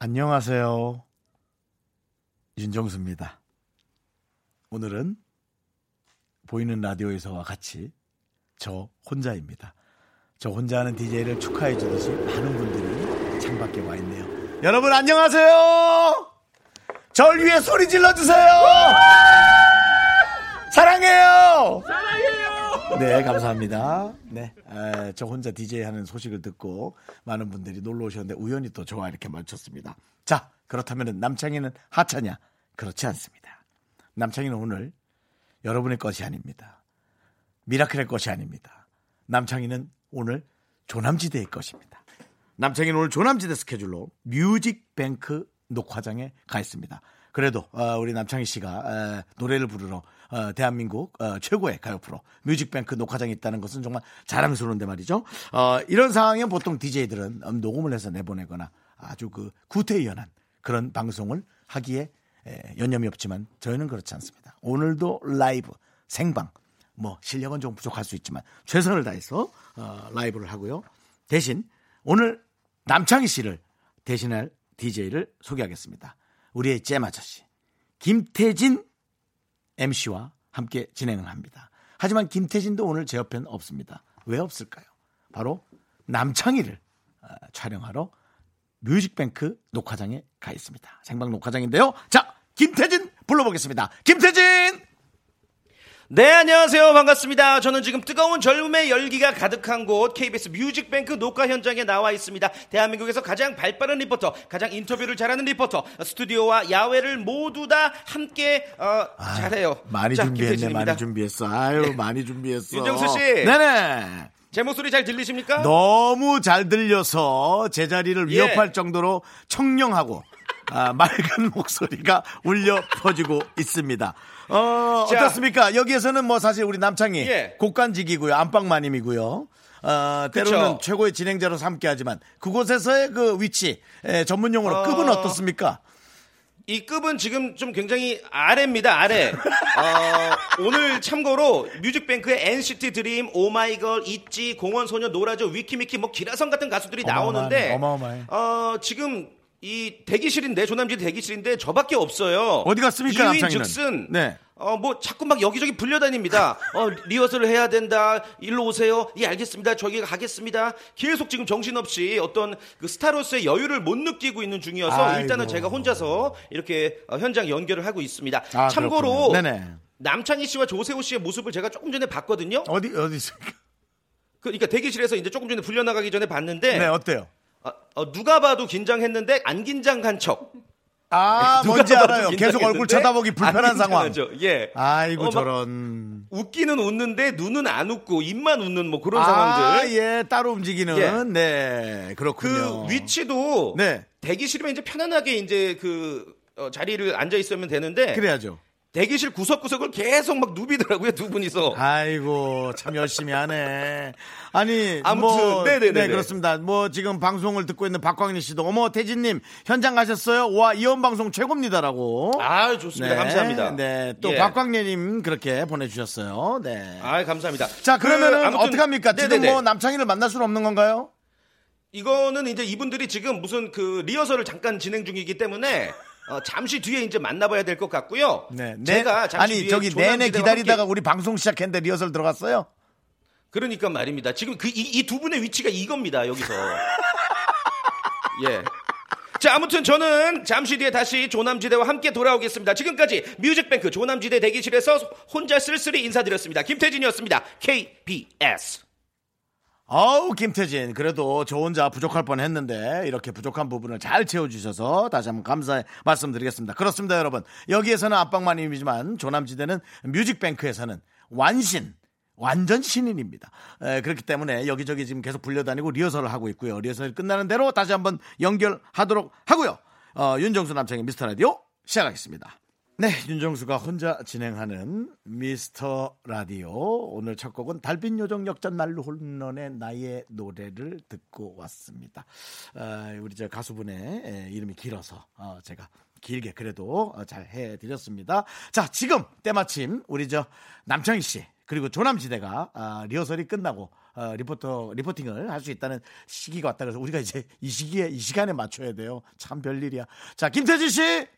안녕하세요. 윤정수입니다. 오늘은 보이는 라디오에서와 같이 저 혼자입니다. 저 혼자 하는 DJ를 축하해 주듯이 많은 분들이 창밖에 와 있네요. 여러분 안녕하세요. 절 위해 소리 질러 주세요. 사랑해요. 네, 감사합니다. 네. 에, 저 혼자 DJ 하는 소식을 듣고 많은 분들이 놀러 오셨는데 우연히 또 저와 이렇게 맞췄습니다. 자, 그렇다면 남창희는 하차냐? 그렇지 않습니다. 남창희는 오늘 여러분의 것이 아닙니다. 미라클의 것이 아닙니다. 남창희는 오늘 조남지대의 것입니다. 남창희는 오늘 조남지대 스케줄로 뮤직뱅크 녹화장에 가 있습니다. 그래도 어, 우리 남창희 씨가 에, 노래를 부르러 어, 대한민국 어, 최고의 가요 프로 뮤직뱅크 녹화장에 있다는 것은 정말 자랑스러운데 말이죠. 어, 이런 상황에 보통 DJ들은 녹음을 해서 내보내거나 아주 그 구태의연한 그런 방송을 하기에 에, 연념이 없지만 저희는 그렇지 않습니다. 오늘도 라이브 생방 뭐 실력은 좀 부족할 수 있지만 최선을 다해서 어, 라이브를 하고요. 대신 오늘 남창희 씨를 대신할 DJ를 소개하겠습니다. 우리의 잼 아저씨 김태진 MC와 함께 진행을 합니다. 하지만 김태진도 오늘 제 옆엔 없습니다. 왜 없을까요? 바로 남창희를 어, 촬영하러 뮤직뱅크 녹화장에 가 있습니다. 생방 녹화장인데요. 자, 김태진 불러보겠습니다. 김태진! 네, 안녕하세요. 반갑습니다. 저는 지금 뜨거운 젊음의 열기가 가득한 곳 KBS 뮤직뱅크 녹화 현장에 나와 있습니다. 대한민국에서 가장 발빠른 리포터, 가장 인터뷰를 잘하는 리포터, 스튜디오와 야외를 모두 다 함께 어, 아유, 잘해요. 많이 자, 준비했네. 김태진입니다. 많이 준비했어. 아유, 많이 준비했어. 윤정수 씨. 네네. 제 목소리 잘 들리십니까? 어, 너무 잘 들려서 제자리를 예. 위협할 정도로 청량하고 아, 맑은 목소리가 울려 퍼지고 있습니다. 어, 자. 어떻습니까? 여기에서는 뭐 사실 우리 남창이 예. 곡간직이고요. 안방마님이고요. 어, 때로는 그쵸. 최고의 진행자로서 함께하지만 그곳에서의 그 위치 에, 전문 용어로 어. 급은 어떻습니까? 이 급은 지금 좀 굉장히 아래입니다, 아래. 어, 오늘 참고로 뮤직뱅크의 NCT 드림, 오마이걸, 있지, 공원소녀, 노라조, 위키미키, 뭐 기라성 같은 가수들이 어마어마하네, 나오는데, 어마어마해. 어, 지금 이 대기실인데, 조남지 대기실인데 저밖에 없어요. 어디 갔습니까, 이유인 남창희는? 즉슨, 네. 어, 뭐 자꾸 막 여기저기 불려다닙니다. 어, 리허설을 해야 된다. 일로 오세요. 예, 알겠습니다. 저기 가겠습니다. 계속 지금 정신없이 어떤 그 스타로서의 여유를 못 느끼고 있는 중이어서 일단은 아이고. 제가 혼자서 이렇게 어, 현장 연결을 하고 있습니다. 아, 참고로 그렇군요. 네네. 남창희 씨와 조세호 씨의 모습을 제가 조금 전에 봤거든요. 어디 어디 있습니까? 그러니까 대기실에서 이제 조금 전에 불려나가기 전에 봤는데 네, 어때요? 어, 어, 누가 봐도 긴장했는데 안 긴장한 척. 아, 누가 뭔지 봐도 알아요. 계속 긴장했는데 얼굴 쳐다보기 불편한 안 상황. 긴장하죠. 예. 아이고 어, 막 저런. 웃기는 웃는데 눈은 안 웃고 입만 웃는 뭐 그런 아, 상황들. 예, 따로 움직이는. 예. 네, 그렇군요. 그 위치도 네. 대기실이면 이제 편안하게 이제 그 어, 자리를 앉아 있으면 되는데 그래야죠. 대기실 구석구석을 계속 막 누비더라고요 두 분이서. 아이고 참 열심히 하네. 아니 아무튼, 뭐, 네네네네. 네 그렇습니다. 뭐 지금 방송을 듣고 있는 박광일 씨도 어머 태진님 현장 가셨어요? 와 이원 방송 최고입니다라고. 아 좋습니다. 감사합니다. 어? 네, 또 예. 박광일님 그렇게 보내주셨어요. 네. 아 감사합니다. 자 그러면은 그, 아무튼, 어떻게 합니까? 지금 네네네. 뭐 남창희를 만날 수는 없는 건가요? 이거는 이제 이분들이 지금 무슨 그 리허설을 잠깐 진행 중이기 때문에 어, 잠시 뒤에 이제 만나봐야 될 것 같고요. 네, 네. 제가 잠시 아니 뒤에 저기 조남지대와 내내 기다리다가 함께- 우리 방송 시작했는데 리허설 들어갔어요? 그러니까 말입니다. 지금 그 이 두 분의 위치가 이겁니다. 여기서. 예. 자, 아무튼 저는 잠시 뒤에 다시 조남지대와 함께 돌아오겠습니다. 지금까지 뮤직뱅크 조남지대 대기실에서 혼자 쓸쓸히 인사드렸습니다. 김태진이었습니다. KBS. 어우 김태진 그래도 저 혼자 부족할 뻔했는데 이렇게 부족한 부분을 잘 채워주셔서 다시 한번 감사의 말씀드리겠습니다. 그렇습니다 여러분 여기에서는 압박만이지만 조남지대는 뮤직뱅크에서는 완신 완전 신인입니다. 에, 그렇기 때문에 여기저기 지금 계속 불려다니고 리허설을 하고 있고요. 리허설이 끝나는 대로 다시 한번 연결하도록 하고요. 어, 윤정수 남창의 미스터 라디오 시작하겠습니다. 네, 윤정수가 혼자 진행하는 미스터 라디오 오늘 첫 곡은 달빛 요정 역전 날로 홀런의 나의 노래를 듣고 왔습니다. 아, 우리 저 가수분의 예, 이름이 길어서 어, 제가 길게 그래도 어, 잘 해드렸습니다. 자, 지금 때마침 우리 저 남창희 씨 그리고 조남지대가 아, 리허설이 끝나고 어, 리포터 리포팅을 할 수 있다는 시기가 왔다 그래서 우리가 이제 이 시기에 이 시간에 맞춰야 돼요. 참 별일이야. 자, 김태진 씨.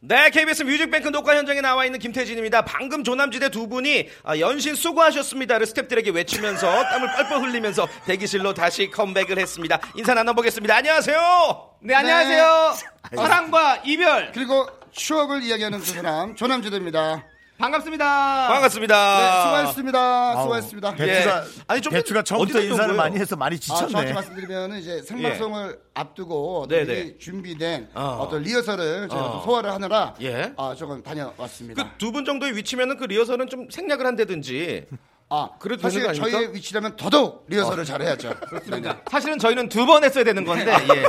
네, KBS 뮤직뱅크 녹화 현장에 나와 있는 김태진입니다. 방금 조남지대 두 분이 아, 연신 수고하셨습니다를 스탭들에게 외치면서 땀을 뻘뻘 흘리면서 대기실로 다시 컴백을 했습니다. 인사 나눠보겠습니다. 안녕하세요. 네. 네, 안녕하세요. 사랑과 이별 그리고 추억을 이야기하는 두 사람 조남지대입니다. 반갑습니다. 반갑습니다. 네, 수고하셨습니다. 수고하셨습니다. 배추가 예. 아니, 좀 배추가 처음부터 어디서 또 인사를 뭐예요? 많이 해서 많이 아, 정확히 지쳤네. 말씀드리면 이제 생방송을 앞두고 네, 미리 네. 준비된 어. 어. 떤 리허설을 저희가 어. 좀 소화를 하느라 예. 아, 조금 다녀왔습니다. 그 두 분 정도의 위치면은 그 리허설은 좀 생략을 한다든지 아, 그래도 사실 되는 거 아닙니까? 어. 저희의 위치라면 더더욱 리허설을 잘해야죠. 그렇습니다. 그러니까 사실은 저희는 두 번 했어야 되는 건데 예.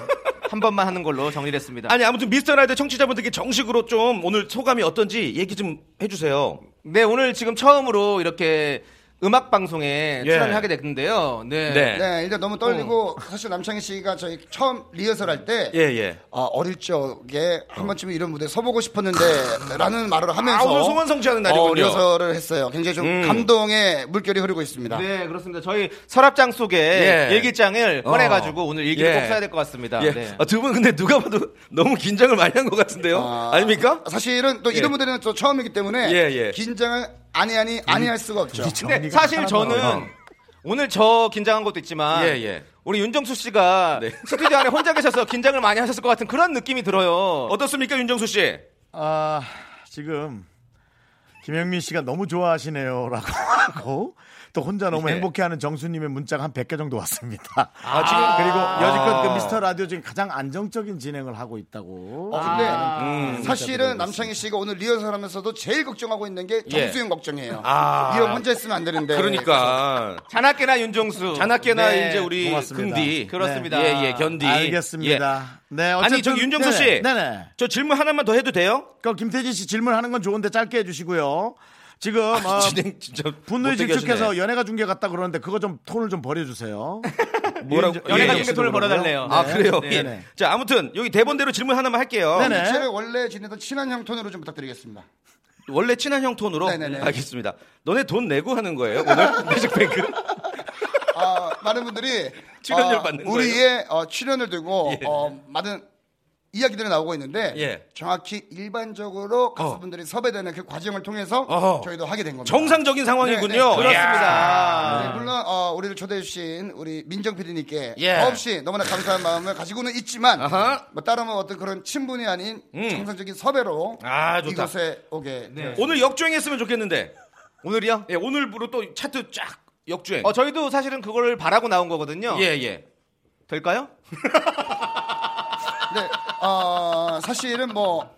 한 번만 하는 걸로 정리를 했습니다. 네. 아니 아무튼 미스터 라이드 청취자분들께 정식으로 좀 오늘 소감이 어떤지 얘기 좀 해주세요. 네 오늘 지금 처음으로 이렇게 음악 방송에 예. 출연을 하게 됐는데요. 네. 네, 일단 너무 떨리고 사실 남창희 씨가 저희 처음 리허설 할 때 어. 예, 예. 아, 어릴 적에 한 번쯤은 이런 무대 에 서보고 싶었는데 라는 말을 하면서 아, 오늘 송원성취하는 날이군요. 어, 리허설을 했어요. 굉장히 좀 음. 감동의 물결이 흐르고 있습니다. 네, 그렇습니다. 저희 서랍장 속에 예. 일기장을 꺼내가지고 오늘 일기를 예. 꼭 써야 될 것 같습니다. 예. 네. 아, 두분 근데 누가 봐도 너무 긴장을 많이 한 것 같은데요. 아, 아, 닙니까 사실은 또 이런 예. 무대는 또 처음이기 때문에 예, 예. 긴장을 아니 아니 아니 할 수가 없죠. 근데 사실 저는 하나만. 오늘 저 긴장한 것도 있지만 예, 예. 우리 윤정수 씨가 네. 스튜디오 안에 혼자 계셔서 긴장을 많이 하셨을 것 같은 그런 느낌이 들어요. 네. 어떻습니까, 윤정수 씨? 아, 지금 김영민 씨가 너무 좋아하시네요라고 하고 또 혼자 너무 네. 행복해하는 정수님의 문자가 한 100개 정도 왔습니다. 아, 지금 그리고 여지껏 그 미스터 라디오 지금 가장 안정적인 진행을 하고 있다고. 아, 아, 네. 어, 근데 사실은 남창희 씨가 오늘 리허설하면서도 제일 걱정하고 있는 게 정수영 걱정이에요. 예. 아. 이형 혼자 있으면 안 되는데. 그러니까 자나깨나 윤정수. 자나깨나 네. 음, 이제 우리 고맙습니다. 네. 금디 그렇습니다. 예, 예, 견디. 예. 알겠습니다. 네, 어쨌든 아니, 저기 윤정수 씨. 네네, 네네. 예. 저 질문 하나만 더 해도 돼요? 그 김태진 씨 질문하는 건 좋은데 짧게 해주시고요. 지금 어, 아, 진행 진짜 분노의 못되게 질축해서 하시네. 연애가 중계 갔다 그러는데 그거 좀 톤을 좀 버려주세요. 뭐라고 윤정- 연예가 예, 예. 중계 돈을 벌어달래요. 아 그래요. 네. 예. 네네. 자 아무튼 여기 대본대로 질문 하나만 할게요. 네네. 제를 원래 지내던 친한 형 톤으로 좀 부탁드리겠습니다. 원래 친한 형 톤으로 네네네. 알겠습니다. 너네 돈 내고 하는 거예요 오늘 뮤직뱅크? 아, 많은 분들이 출연료 어, 받는 우리의 어, 출연을 들고 어, 많은 이야기들이 나오고 있는데 예. 어. 정확히 일반적으로 가수분들이 섭외되는 그 과정을 통해서 어허. 저희도 하게 된 겁니다. 정상적인 상황이군요. 네, 네. 그렇습니다. 네, 물론 어, 우리를 초대해 주신 우리 민정 PD님께 예. 없이 너무나 감사한 마음을 가지고는 있지만 아하. 뭐 다른 뭐 어떤 그런 친분이 아닌 정상적인 섭외로 음. 아, 좋다. 이곳에 오게 네. 오늘 역주행했으면 좋겠는데. 오늘이요? 예, 오늘부로 또 차트 쫙 역주행. 어, 저희도 사실은 그걸 바라고 나온 거거든요. 예, 예. 될까요? 근데 네, 어, 사실은 뭐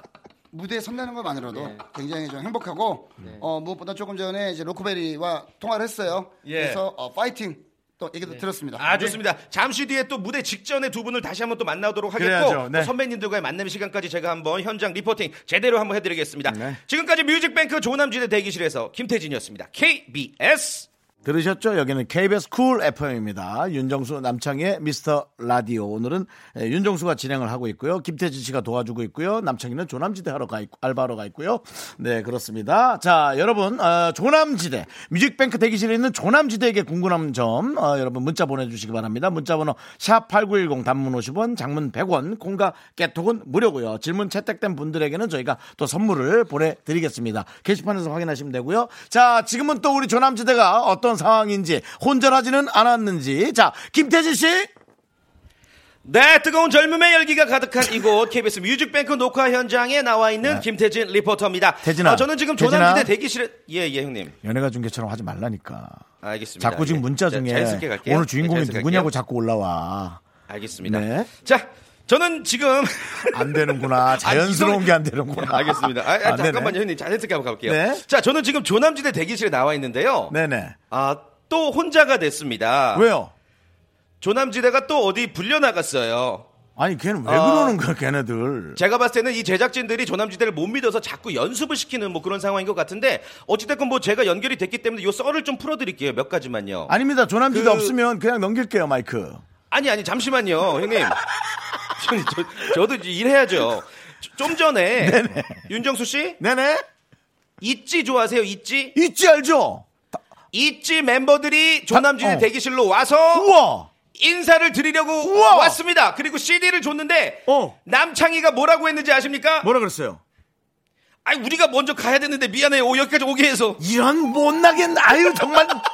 무대에 선다는 것만으로도 네. 굉장히 좀 행복하고 어, 무엇보다 조금 전에 이제 로코베리와 통화를 했어요. 예. 그래서 어, 파이팅 또 얘기도 들었습니다. 아 좋습니다. 잠시 뒤에 또 무대 직전에 두 분을 다시 한번 또 만나도록 하겠고 그래야죠. 네. 또 선배님들과의 만남 시간까지 제가 한번 현장 리포팅 제대로 한번 해드리겠습니다. 네. 지금까지 뮤직뱅크 조남지대 대기실에서 김태진이었습니다. KBS 들으셨죠? 여기는 KBS 쿨 FM입니다. 윤정수 남창희의 미스터 라디오. 오늘은 예, 윤정수가 진행을 하고 있고요. 김태진 씨가 도와주고 있고요. 남창희는 조남지대 하러 가 있고, 알바로 가 있고요. 네, 그렇습니다. 자, 여러분, 어, 조남지대. 뮤직뱅크 대기실에 있는 조남지대에게 궁금한 점, 어, 여러분 문자 보내주시기 바랍니다. 문자번호 샵8910 단문 50원, 장문 100원, 콩과 깨톡은 무료고요. 질문 채택된 분들에게는 저희가 또 선물을 보내드리겠습니다. 게시판에서 확인하시면 되고요. 자, 지금은 또 우리 조남지대가 어떤 상황인지 혼절하지는 않았는지. 자, 김태진 씨. 네, 뜨거운 젊음의 열기가 가득한 이곳 KBS 뮤직뱅크 녹화 현장에 나와 있는 김태진 리포터입니다. 네. 태진아, 어, 저는 지금 태진아. 조남지대 대기실에 예, 예, 형님. 연애가 중계처럼 하지 말라니까. 알겠습니다. 자꾸 지금 예. 문자 자, 중에 자연스럽게 갈게요. 오늘 네, 주인공이 자연스럽게 누구냐고 갈게요. 자꾸 올라와. 알겠습니다. 네. 자, 저는 지금 안 되는구나. 자연스러운 게 안 되는구나. 아, 알겠습니다. 아, 아, 안 되네. 잠깐만요, 형님. 자연스럽게 한번 가볼게요. 네. 자, 저는 지금 조남지대 대기실에 나와 있는데요. 네네. 아, 또 혼자가 됐습니다. 왜요? 조남지대가 또 어디 불려 나갔어요. 아니 걔는 왜 그러는 거야 걔네들. 제가 봤을 때는 이 제작진들이 조남지대를 못 믿어서 자꾸 연습을 시키는 뭐 그런 상황인 것 같은데 어찌됐건 뭐 제가 연결이 됐기 때문에 요 썰을 좀 풀어드릴게요 몇 가지만요. 아닙니다. 조남지대 그- 없으면 그냥 넘길게요 마이크. 아니 아니 잠시만요 형님. 저는 저, 저도 이제 일해야죠. 저- 좀 전에 윤정수 씨 네네. 있지 좋아하세요 있지 있지 알죠? 있지 멤버들이 조남지대 어. 대기실로 와서 우와. 인사를 드리려고 우와! 왔습니다. 그리고 CD를 줬는데 어. 남창희가 뭐라고 했는지 아십니까? 뭐라 그랬어요? 아니 우리가 먼저 가야 되는데 미안해요. 오, 여기까지 오게 해서. 이런 못나겠 아유 정말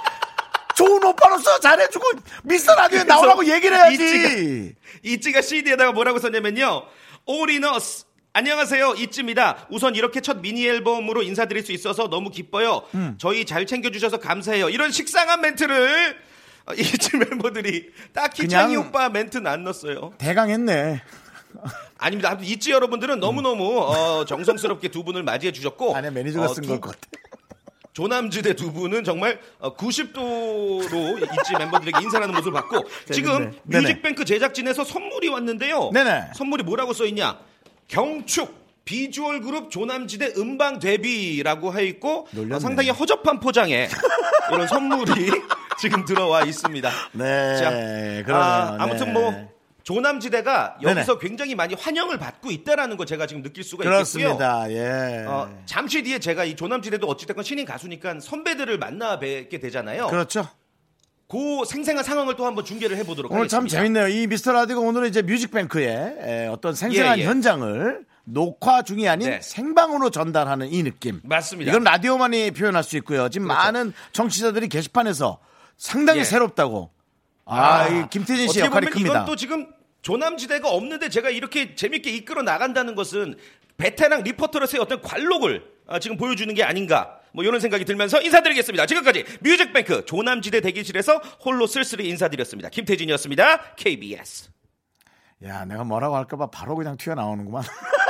좋은 오빠로서 잘해주고 미스터 라디오에 나오라고 얘기를 해야지. 이찌가 CD에다가 뭐라고 썼냐면요. 올인어스 안녕하세요 이찌입니다. 우선 이렇게 첫 미니 앨범으로 인사드릴 수 있어서 너무 기뻐요. 음. 저희 잘 챙겨주셔서 감사해요. 이런 식상한 멘트를 어, 이찌 멤버들이 딱히 그냥- 창희 오빠 멘트는 안 넣었어요. 대강했네. 아닙니다. 아무튼 이찌 여러분들은 너무너무 어, 정성스럽게 두 분을 맞이해 주셨고 아니 매니저가 어, 쓴 두- 걸 것 같아. 조남지대 두 분은 정말 90도로 있지 멤버들에게 인사하는 모습을 봤고 지금 네네. 뮤직뱅크 제작진에서 선물이 왔는데요. 네네. 선물이 뭐라고 써 있냐? 경축 비주얼 그룹 조남지대 음방 데뷔라고 해 있고 놀랐네. 어, 상당히 허접한 포장에 이런 선물이 지금 들어와 있습니다. 네, 그러네요. 아, 무튼 네. 뭐 조남지대가 네네. 여기서 굉장히 많이 환영을 받고 있다라는 걸 제가 지금 느낄 수가 있겠고요. 그렇습니다. 예. 어, 잠시 뒤에 제가 이 조남지대도 어찌됐건 신인 가수니까 선배들을 만나 뵙게 되잖아요. 그 그렇죠. 생생한 상황을 또 한번 중계를 해보도록 오늘 참 하겠습니다. 재밌네요. 이 미스터 라디오가 오늘은 이제 뮤직뱅크의 에, 어떤 생생한 예, 예. 현장을 녹화 중이 아닌 네. 생방으로 전달하는 이 느낌. 맞습니다. 그렇죠. 이건 라디오만이 표현할 수 있고요. 지금 많은 청취자들이 게시판에서 상당히 예. 새롭다고. 아, 이 김태진 씨 어떻게 역할이 보면 큽니다. 이건 또 지금 조남지대가 없는데 제가 이렇게 재밌게 이끌어 나간다는 것은 베테랑 리포터로서의 어떤 관록을 아, 지금 보여주는 게 아닌가. 뭐 이런 생각이 들면서 인사드리겠습니다. 지금까지 뮤직뱅크 조남지대 대기실에서 홀로 쓸쓸히 인사드렸습니다. 김태진이었습니다. KBS. 야, 내가 뭐라고 할까봐 바로 그냥 튀어나오는구만.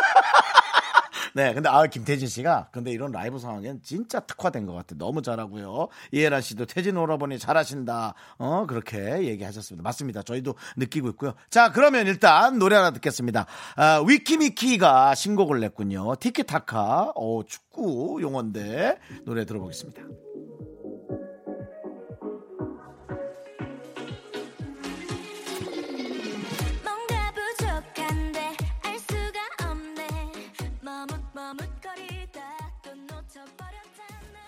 네, 근데 아 김태진 씨가 근데 이런 라이브 상황엔 진짜 특화된 것 같아. 너무 잘하고요. 이혜란 씨도 태진 오라버니 잘하신다. 어 그렇게 얘기하셨습니다. 맞습니다. 저희도 느끼고 있고요. 자, 그러면 일단 노래 하나 듣겠습니다. 아, 위키미키가 신곡을 냈군요. 티키타카, 어 축구 용어인데 노래 들어보겠습니다. 뭔가 부족한데 알 수가 없네 머뭇머뭇거리다 또 놓쳐버렸잖아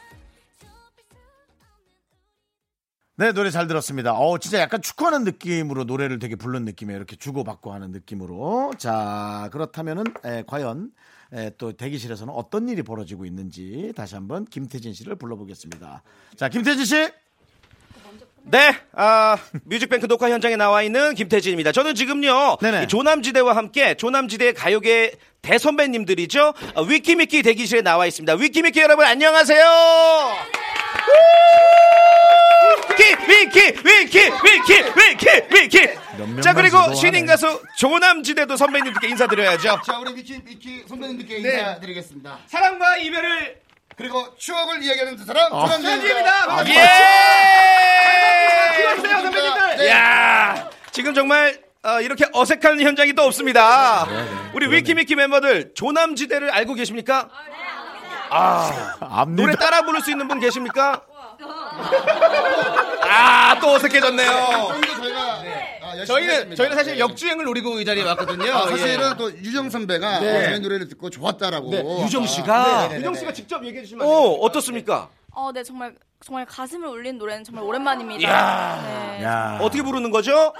좁힐 수 없는 네, 노래 잘 들었습니다. 어, 진짜 약간 축구하는 느낌으로 노래를 되게 부른 느낌이에요. 이렇게 주고받고 하는 느낌으로. 자, 그렇다면은, 에, 과연, 에, 또 대기실에서는 어떤 일이 벌어지고 있는지 다시 한번 김태진 씨를 불러보겠습니다. 자, 김태진 씨! 네, 아, 뮤직뱅크 녹화 현장에 나와 있는 김태진입니다. 저는 지금요, 네네. 이 조남지대와 함께 조남지대 가요계 대선배님들이죠. 어, 위키미키 대기실에 나와 있습니다. 위키미키 여러분 안녕하세요. 위키, 위키, 위키, 위키, 위키, 명만 위키. 자, 그리고 지도하네. 신인 가수 조남지대도 선배님들께 인사드려야죠. 자 우리 미키 미키 선배님들께 네. 인사드리겠습니다. 사랑과 이별을 그리고 추억을 이야기하는 두 사람 아, 조남진입니다. 아, 예! 예! 선배님들. 네. 야 지금 정말 어, 이렇게 어색한 현장이 또 없습니다. 네, 우리 위키미키 멤버들 조남지대를 알고 계십니까? 아, 앞니 노래 네. 따라 부를 수 있는 분 계십니까? 아, 또 어색해졌네요. 좀더 저희가 아, 열심히 저희는 했습니다. 저희는 사실 네. 역주행을 노리고 이 자리에 왔거든요. 예. 아, 사실은 또 유정 선배가 네. 저희 노래를 듣고 좋았다라고 유정 네, 씨가 유정 씨가 직접 얘기해 주시면 안 돼요? 어, 어떻습니까? 어, 네 정말 정말 가슴을 울린 노래는 정말 오랜만입니다. 네, 야, 어떻게 부르는 거죠?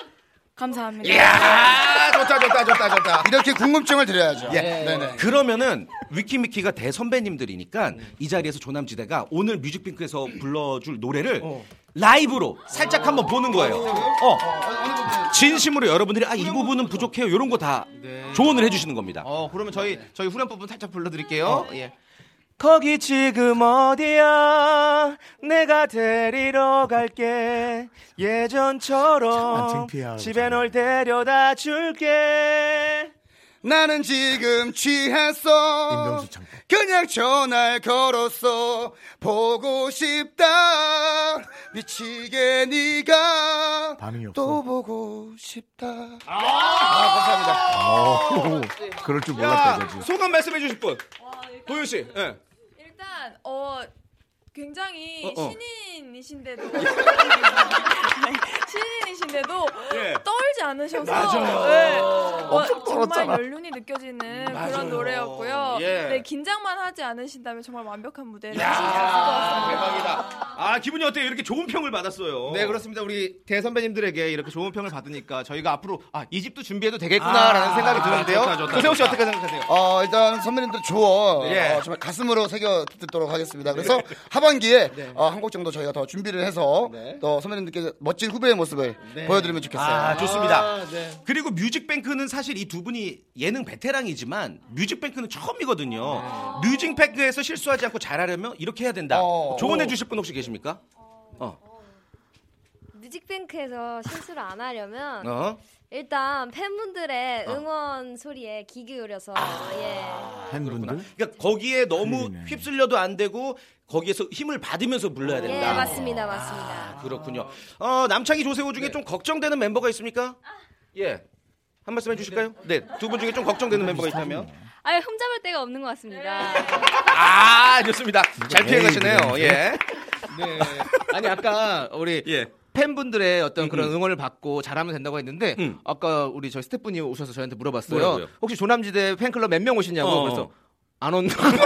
감사합니다. 이야, 좋다, 좋다, 좋다, 좋다. 예. 이렇게 궁금증을 드려야죠. 네네. 그러면은 위키미키가 대선배님들이니까 이 자리에서 조남지대가 오늘 뮤직뱅크에서 불러줄 노래를 어. 라이브로 살짝 한번 보는 거예요. 어. 진심으로 여러분들이 아 이 부분은 부족해요. 이런 거 다 네. 조언을 해주시는 겁니다. 어, 그러면 저희 저희 후렴 부분 살짝 불러 드릴게요. 예. 거기 지금 어디야? 내가 데리러 갈게. 어, 안 예전처럼 창피해요, 집에 널 데려다 줄게. 나는 지금 취했어. 임병수 창법. 그냥 전화를 걸었어. 보고 싶다. 미치게 네가 반응이 없어. 또 보고 싶다. 어, 그럴 줄 몰랐다, 야, 저지. 소감 말씀해 주실 분. 도윤 씨. 예. 일단 어 굉장히 어, 어. 신인이신데도 신인이신데도 예. 떨지 않으셔서 맞아요. 네. 어, 엄청 떨었잖아. 정말 연륜이 느껴지는 맞아요. 그런 노래였고요. 예. 네, 긴장만 하지 않으신다면 정말 완벽한 무대를 야, 하실 수 있을 것 같습니다. 대박이다. 아, 기분이 어때요? 이렇게 좋은 평을 받았어요. 네 그렇습니다. 우리 대 선배님들에게 이렇게 좋은 평을 받으니까 저희가 앞으로 아 이 집도 준비해도 되겠구나라는 생각이 드는데요. 아, 좋다, 좋다, 조세호 씨 좋다. 어떻게 생각하세요? 어, 일단 선배님들 주어 예. 어, 정말 가슴으로 새겨 듣도록 네. 하겠습니다. 그래서 하반기에 어, 한 곡 정도 저희가 더 준비를 해서 또 선배님들께 멋진 후배의 모습을 보여드리면 좋겠어요. 네. 아, 좋습니다. 네. 그리고 뮤직뱅크는 사실 이 두 분이 예능 베테랑이지만 뮤직뱅크는 처음이거든요. 네. 뮤직뱅크에서 실수하지 않고 잘하려면 이렇게 해야 된다. 어. 조언해 주실 분 혹시 계십니까? 뮤직뱅크에서 실수를 안 하려면 어? 일단 팬분들의 응원 소리에 귀 기울여서 아. 예. 팬분들? 그러니까 거기에 너무 큰일이네. 휩쓸려도 안 되고 거기에서 힘을 받으면서 불러야 예, 된다. 맞습니다, 맞습니다. 아, 그렇군요. 어, 남창희 조세호 중에 좀 걱정되는 멤버가 있습니까? 아. 예. 한 말씀 해주실까요? 네, 두 분 중에 좀 걱정되는 멤버가 있다면. 아, 흠잡을 데가 없는 것 같습니다. 아, 좋습니다. 잘 피해가시네요. 에이, 예. 네. 아니 아까 우리 예. 팬분들의 어떤 그런 음. 응원을 받고 잘하면 된다고 했는데 음. 아까 우리 저희 스태프분이 오셔서 저희한테 물어봤어요. 뭐라고요? 혹시 조남지대 팬클럽 몇 명 오시냐고 어. 그래서 안 온다고. 네.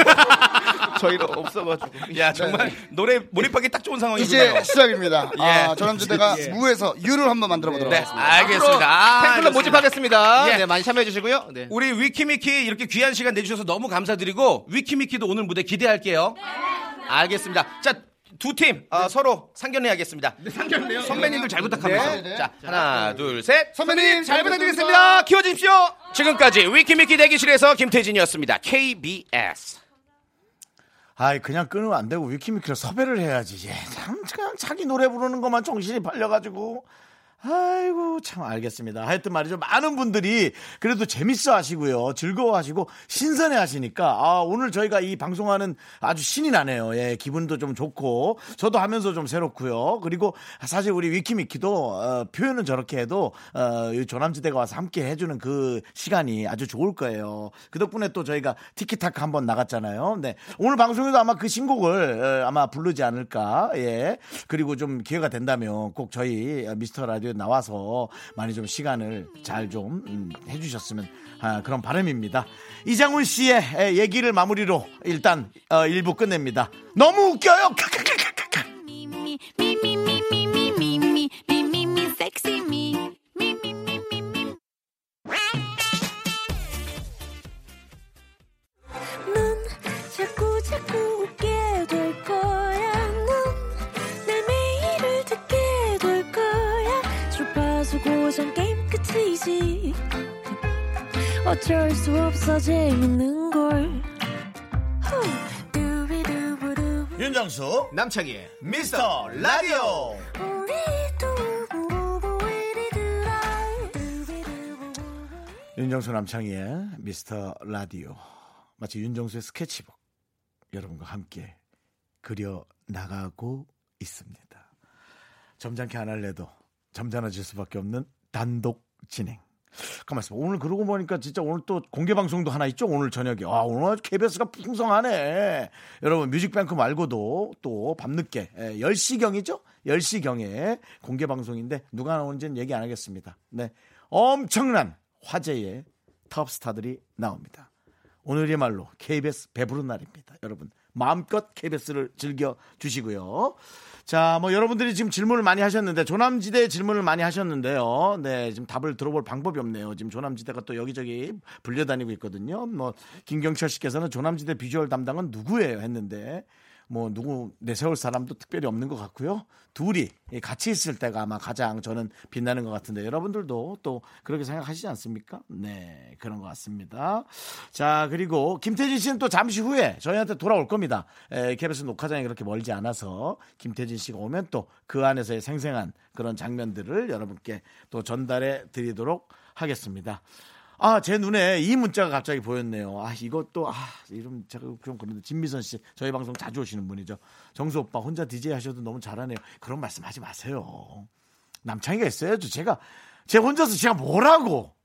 저희가 없어가지고. 야, 정말 노래 몰입하기 딱 좋은 상황이군요. 이제 시작입니다. 아, 저남주대가 예. 무에서 유를 한번 만들어 보도록 예. 네, 하겠습니다. 알겠습니다. 아, 팬클럽 좋습니다. 모집하겠습니다. 예. 네, 많이 참여해 주시고요. 네. 우리 위키미키 이렇게 귀한 시간 내주셔서 너무 감사드리고 위키미키도 오늘 무대 기대할게요. 알겠습니다. 자, 두 팀 어, 서로 상견례하겠습니다. 상견례요? 선배님들 잘 부탁합니다. 네, 네. 자, 하나, 둘, 셋. 선배님 잘 부탁드리겠습니다. 키워주십시오. 지금까지 위키미키 대기실에서 김태진이었습니다. KBS. 아이, 그냥 끊으면 안 되고 위키미키로 섭외를 해야지. 예, 참, 그냥 자기 노래 부르는 것만 정신이 팔려가지고. 아이고, 참, 알겠습니다. 하여튼 말이죠. 많은 분들이 그래도 재밌어 하시고요. 즐거워 하시고, 신선해 하시니까, 아, 오늘 저희가 이 방송하는 아주 신이 나네요. 예, 기분도 좀 좋고, 저도 하면서 좀 새롭고요. 그리고 사실 우리 위키미키도, 어, 표현은 저렇게 해도, 어, 이 조남지대가 와서 함께 해주는 그 시간이 아주 좋을 거예요. 그 덕분에 또 저희가 티키타카 한번 나갔잖아요. 네. 오늘 방송에도 아마 그 신곡을 어, 아마 부르지 않을까. 예. 그리고 좀 기회가 된다면 꼭 저희 어, 미스터 라디오에 나와서 많이 좀 시간을 잘 좀 음, 해주셨으면 아, 그런 바람입니다. 이장훈 씨의 예, 얘기를 마무리로 일단 어, 일부 끝냅니다. 너무 웃겨요. 크크크크크크. 미미 미미 미미 미미 미미 미미 섹시 미 미미 미미 미미 넌 자꾸 자꾸 웃게 될 거야 넌내 매일을 듣게 될 거야 주파수 고정 게임 끝이지 어쩔 수 없어 재밌는 걸 후. 두비두부두. 윤정수 남창희의 미스터 라디오. 윤정수 남창희의 미스터 라디오 마치 윤정수의 스케치북 여러분과 함께 그려 나가고 있습니다. 점잖게 안 할래도 점잖아질 수밖에 없는 단독 진행. 가만 있어. 오늘 그러고 보니까 진짜 오늘 또 공개 방송도 하나 있죠. 오늘 저녁에. 아, 오늘 아주 KBS가 풍성하네. 여러분 뮤직뱅크 말고도 또 밤늦게 10시경이죠? 10시경에 공개 방송인데 누가 나오는지는 얘기 안 하겠습니다. 네. 엄청난 화제의 톱스타들이 나옵니다. 오늘이야말로 KBS 배부른 날입니다. 여러분 마음껏 KBS를 즐겨 주시고요. 자, 뭐 여러분들이 지금 질문을 많이 하셨는데 조남지대 질문을 많이 하셨는데요. 네, 지금 답을 들어볼 방법이 없네요. 지금 조남지대가 또 여기저기 불려다니고 있거든요. 뭐 김경철 씨께서는 조남지대 비주얼 담당은 누구예요? 했는데 뭐 누구 내세울 사람도 특별히 없는 것 같고요. 둘이 같이 있을 때가 아마 가장 저는 빛나는 것 같은데 여러분들도 또 그렇게 생각하시지 않습니까? 네, 그런 것 같습니다. 자, 그리고 김태진 씨는 또 잠시 후에 저희한테 돌아올 겁니다. 에, KBS 녹화장이 그렇게 멀지 않아서 김태진 씨가 오면 또 그 안에서의 생생한 그런 장면들을 여러분께 또 전달해 드리도록 하겠습니다. 아, 제 눈에 이 문자가 갑자기 보였네요. 아, 이것도, 아, 이름 제가 좀 그런데 진미선 씨, 저희 방송 자주 오시는 분이죠. 정수 오빠 혼자 DJ 하셔도 너무 잘하네요. 그런 말씀 하지 마세요. 남창이가 있어야죠. 제가, 제 혼자서 제가 뭐라고.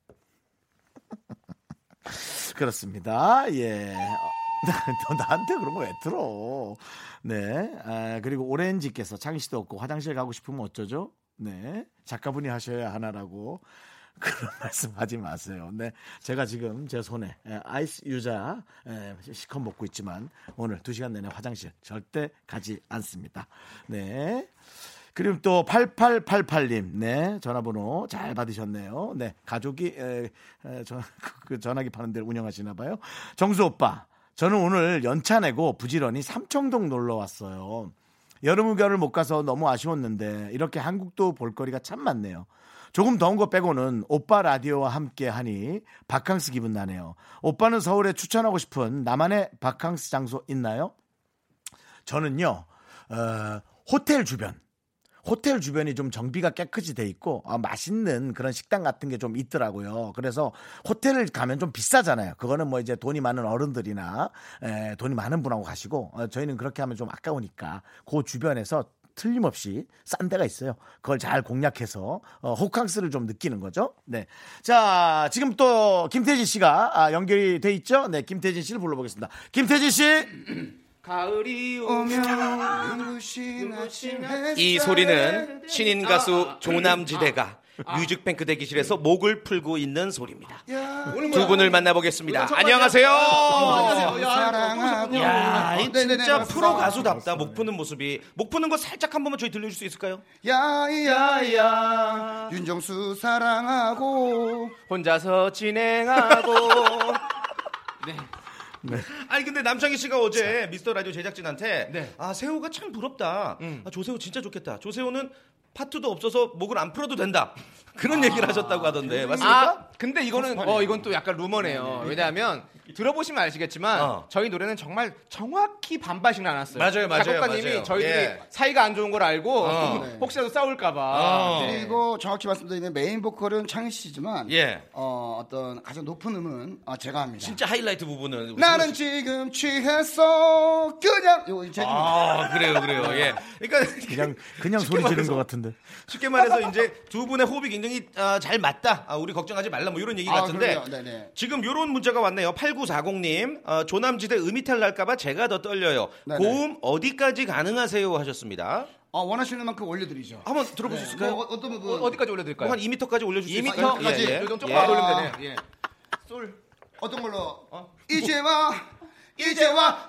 그렇습니다. 예. 너 나한테 그런 거 왜 들어? 네. 아, 그리고 오렌지께서 창시도 없고 화장실 가고 싶으면 어쩌죠? 네. 작가분이 하셔야 하나라고 그런 말씀하지 마세요. 네, 제가 지금 제 손에 에, 아이스 유자 에, 시컷 먹고 있지만 오늘 두 시간 내내 화장실 절대 가지 않습니다. 네. 그리고 또 8888님, 네 전화번호 잘 받으셨네요. 네 가족이 에, 에, 전, 그 전화기 파는 데를 운영하시나 봐요. 정수 오빠, 저는 오늘 연차 내고 부지런히 삼청동 놀러 왔어요. 여름휴가를 못 가서 너무 아쉬웠는데 이렇게 한국도 볼거리가 참 많네요. 조금 더운 거 빼고는 오빠 라디오와 함께 하니 바캉스 기분 나네요. 오빠는 서울에 추천하고 싶은 나만의 바캉스 장소 있나요? 저는요, 어, 호텔 주변. 호텔 주변이 좀 정비가 깨끗이 돼 있고 아, 맛있는 그런 식당 같은 게 좀 있더라고요. 그래서 호텔을 가면 좀 비싸잖아요. 그거는 뭐 이제 돈이 많은 어른들이나 에, 돈이 많은 분하고 가시고 어, 저희는 그렇게 하면 좀 아까우니까 그 주변에서 틀림없이 싼 데가 있어요. 그걸 잘 공략해서 어, 호캉스를 좀 느끼는 거죠. 네, 자 지금 또 김태진 씨가 아, 연결이 돼 있죠. 네, 김태진 씨를 불러보겠습니다. 김태진 씨. 가을이 오면 눈부신 아침 햇살 이 소리는 신인 가수 조남지대가 뮤직뱅크 대기실에서 목을 풀고 있는 소리입니다. 두 분을 만나보겠습니다. 안녕하세요. 사랑하고 야, 이 네네네, 진짜 맞습니다. 프로 가수답다. 목 푸는 모습이. 목 푸는 거 살짝 한 번만 저희 들려줄 수 있을까요? 야야야 윤정수 사랑하고 혼자서 진행하고 네. 아니 근데 남창희 씨가 어제 미스터 라디오 제작진한테 네. 아 세호가 참 부럽다. 아, 조세호 진짜 좋겠다. 조세호는 파트도 없어서 목을 안 풀어도 된다. 아. 그런 얘기를 하셨다고 하던데 맞습니까? 아, 근데 이거는 어 이건 또 약간 루머네요. 왜냐하면 들어보시면 아시겠지만 어. 저희 노래는 정말 정확히 반반씩 나눴어요. 맞아요, 맞아요, 작곡가님이 맞아요. 저희들이 예. 사이가 안 좋은 걸 알고 어. 혹시라도 싸울까봐. 어. 그리고 정확히 말씀드리면 메인 보컬은 창희 씨지만 예. 어, 어떤 가장 높은 음은 아, 제가 합니다. 진짜 하이라이트 부분은 나는 지금 취했어 그냥 요거 제 아 그래요 그래요 예 그러니까 그냥 그냥 소리 지르는 것 같은데. 쉽게 말해서 이제 두 분의 호흡이 굉장히 아, 잘 맞다. 아, 우리 걱정하지 말라 뭐 이런 얘기 아, 같은데 그럼요. 네네. 지금 요런 문자가 왔네요. 8940님 어, 조남지대 음이탈 날까봐 제가 더 떨려요. 네네. 고음 어디까지 가능하세요 하셨습니다. 어, 원하시는 만큼 올려드리죠. 한번 아, 들어볼 수 있을까요? 뭐, 어떤 부분? 어, 디까지 네. 올려드릴까요? 뭐한 2m까지 올려줄 수 아, 있을까요? 2m까지 예, 예. 요정 조금 예. 올리면 되네. 예. 어떤 걸로? 이제 와 이제 와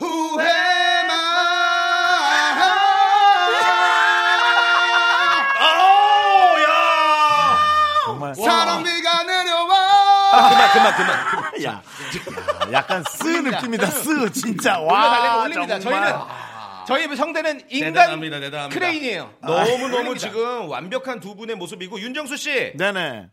후회만 아우, 야! 정말 사랑 비가 내려와 아, 그만 그만 그만. 그만. 야, 야, 약간 쓰 느낌이다. 쓰 진짜 와. 올려달라고 올립니다. 정말. 저희는 저희 성대는 인간 아. 대단합니다, 대단합니다. 크레인이에요. 너무 너무 지금 완벽한 두 분의 모습이고 윤정수 씨, 네네.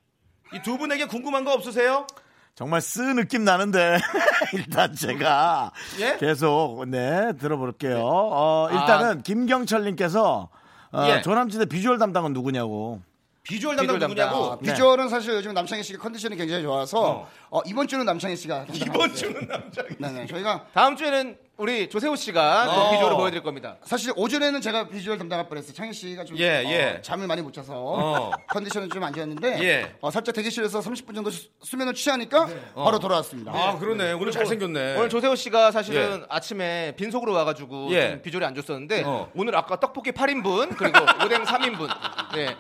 이 두 분에게 궁금한 거 없으세요? 정말 쓰 느낌 나는데 일단 제가 예? 계속 네 들어볼게요. 어, 일단은 김경철님께서 어, 예. 조남지대 비주얼 담당은 누구냐고. 비주얼 담당 비주얼 담당. 누구냐고? 아, 비주얼은 사실 요즘 남창희 씨가 컨디션이 굉장히 좋아서 어, 이번 주는 남창희 씨가 이번 주는 남자. 네네 저희가 다음 주에는 우리 조세호 씨가 어. 또 비주얼을 보여드릴 겁니다. 사실 오전에는 제가 비주얼 담당할 뻔했어요. 창희 씨가 좀 예, 어, 예. 잠을 많이 못 자서 어. 컨디션은 좀 안 좋았는데 예. 어, 살짝 대기실에서 30분 정도 수- 수면을 취하니까 어. 바로 돌아왔습니다. 아 그러네 오늘 잘생겼네 오늘 조세호 씨가 사실은 아침에 빈속으로 와가지고 예. 좀 비주얼이 안 좋았었는데 어. 오늘 아까 떡볶이 8인분 그리고 오뎅 3인분 네.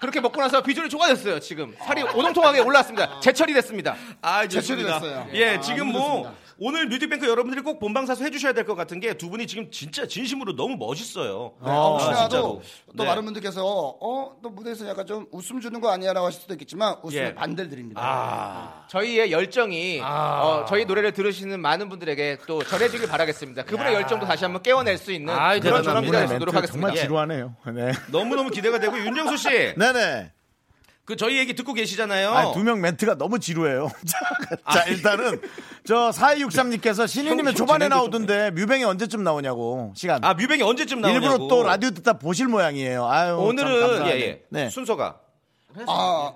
그렇게 먹고 나서 비주얼이 좋아졌어요 지금 살이 오동통하게 올랐습니다 제철이 됐습니다 아 제출이 좋습니다. 됐어요. 예 아, 지금 너무 뭐 좋습니다. 오늘 뮤직뱅크 여러분들이 꼭 본방사수 해주셔야 될 것 같은 게 두 분이 지금 진짜 진심으로 너무 멋있어요 아, 네, 혹시라도 아, 진짜로. 또 네. 많은 분들께서 어, 또 무대에서 약간 좀 웃음 주는 거 아니야라고 하실 수도 있겠지만 웃음을 예. 반대를 드립니다. 저희의 열정이 아. 어, 저희 노래를 들으시는 많은 분들에게 또 전해지길 바라겠습니다 그분의 열정도 다시 한번 깨워낼 수 있는 아이, 네, 그런 대단합니다. 예. 조남지대가 되도록 멘트 노력하겠습니다 정말 지루하네요. 네. 너무너무 기대가 되고 윤정수 씨그 그 네네. 저희 얘기 듣고 계시잖아요 두 명 멘트가 너무 지루해요. 자, 자, 일단은 저 4263님께서 신인이면 형 초반에 진행도 좀 나오던데 뮤뱅이 언제쯤 나오냐고 시간. 아 뮤뱅이 언제쯤 나오냐고 일부러 또 예, 라디오 듣다 보실 모양이에요. 아유, 참 오늘은 감사하네. 예, 예. 네. 순서가 아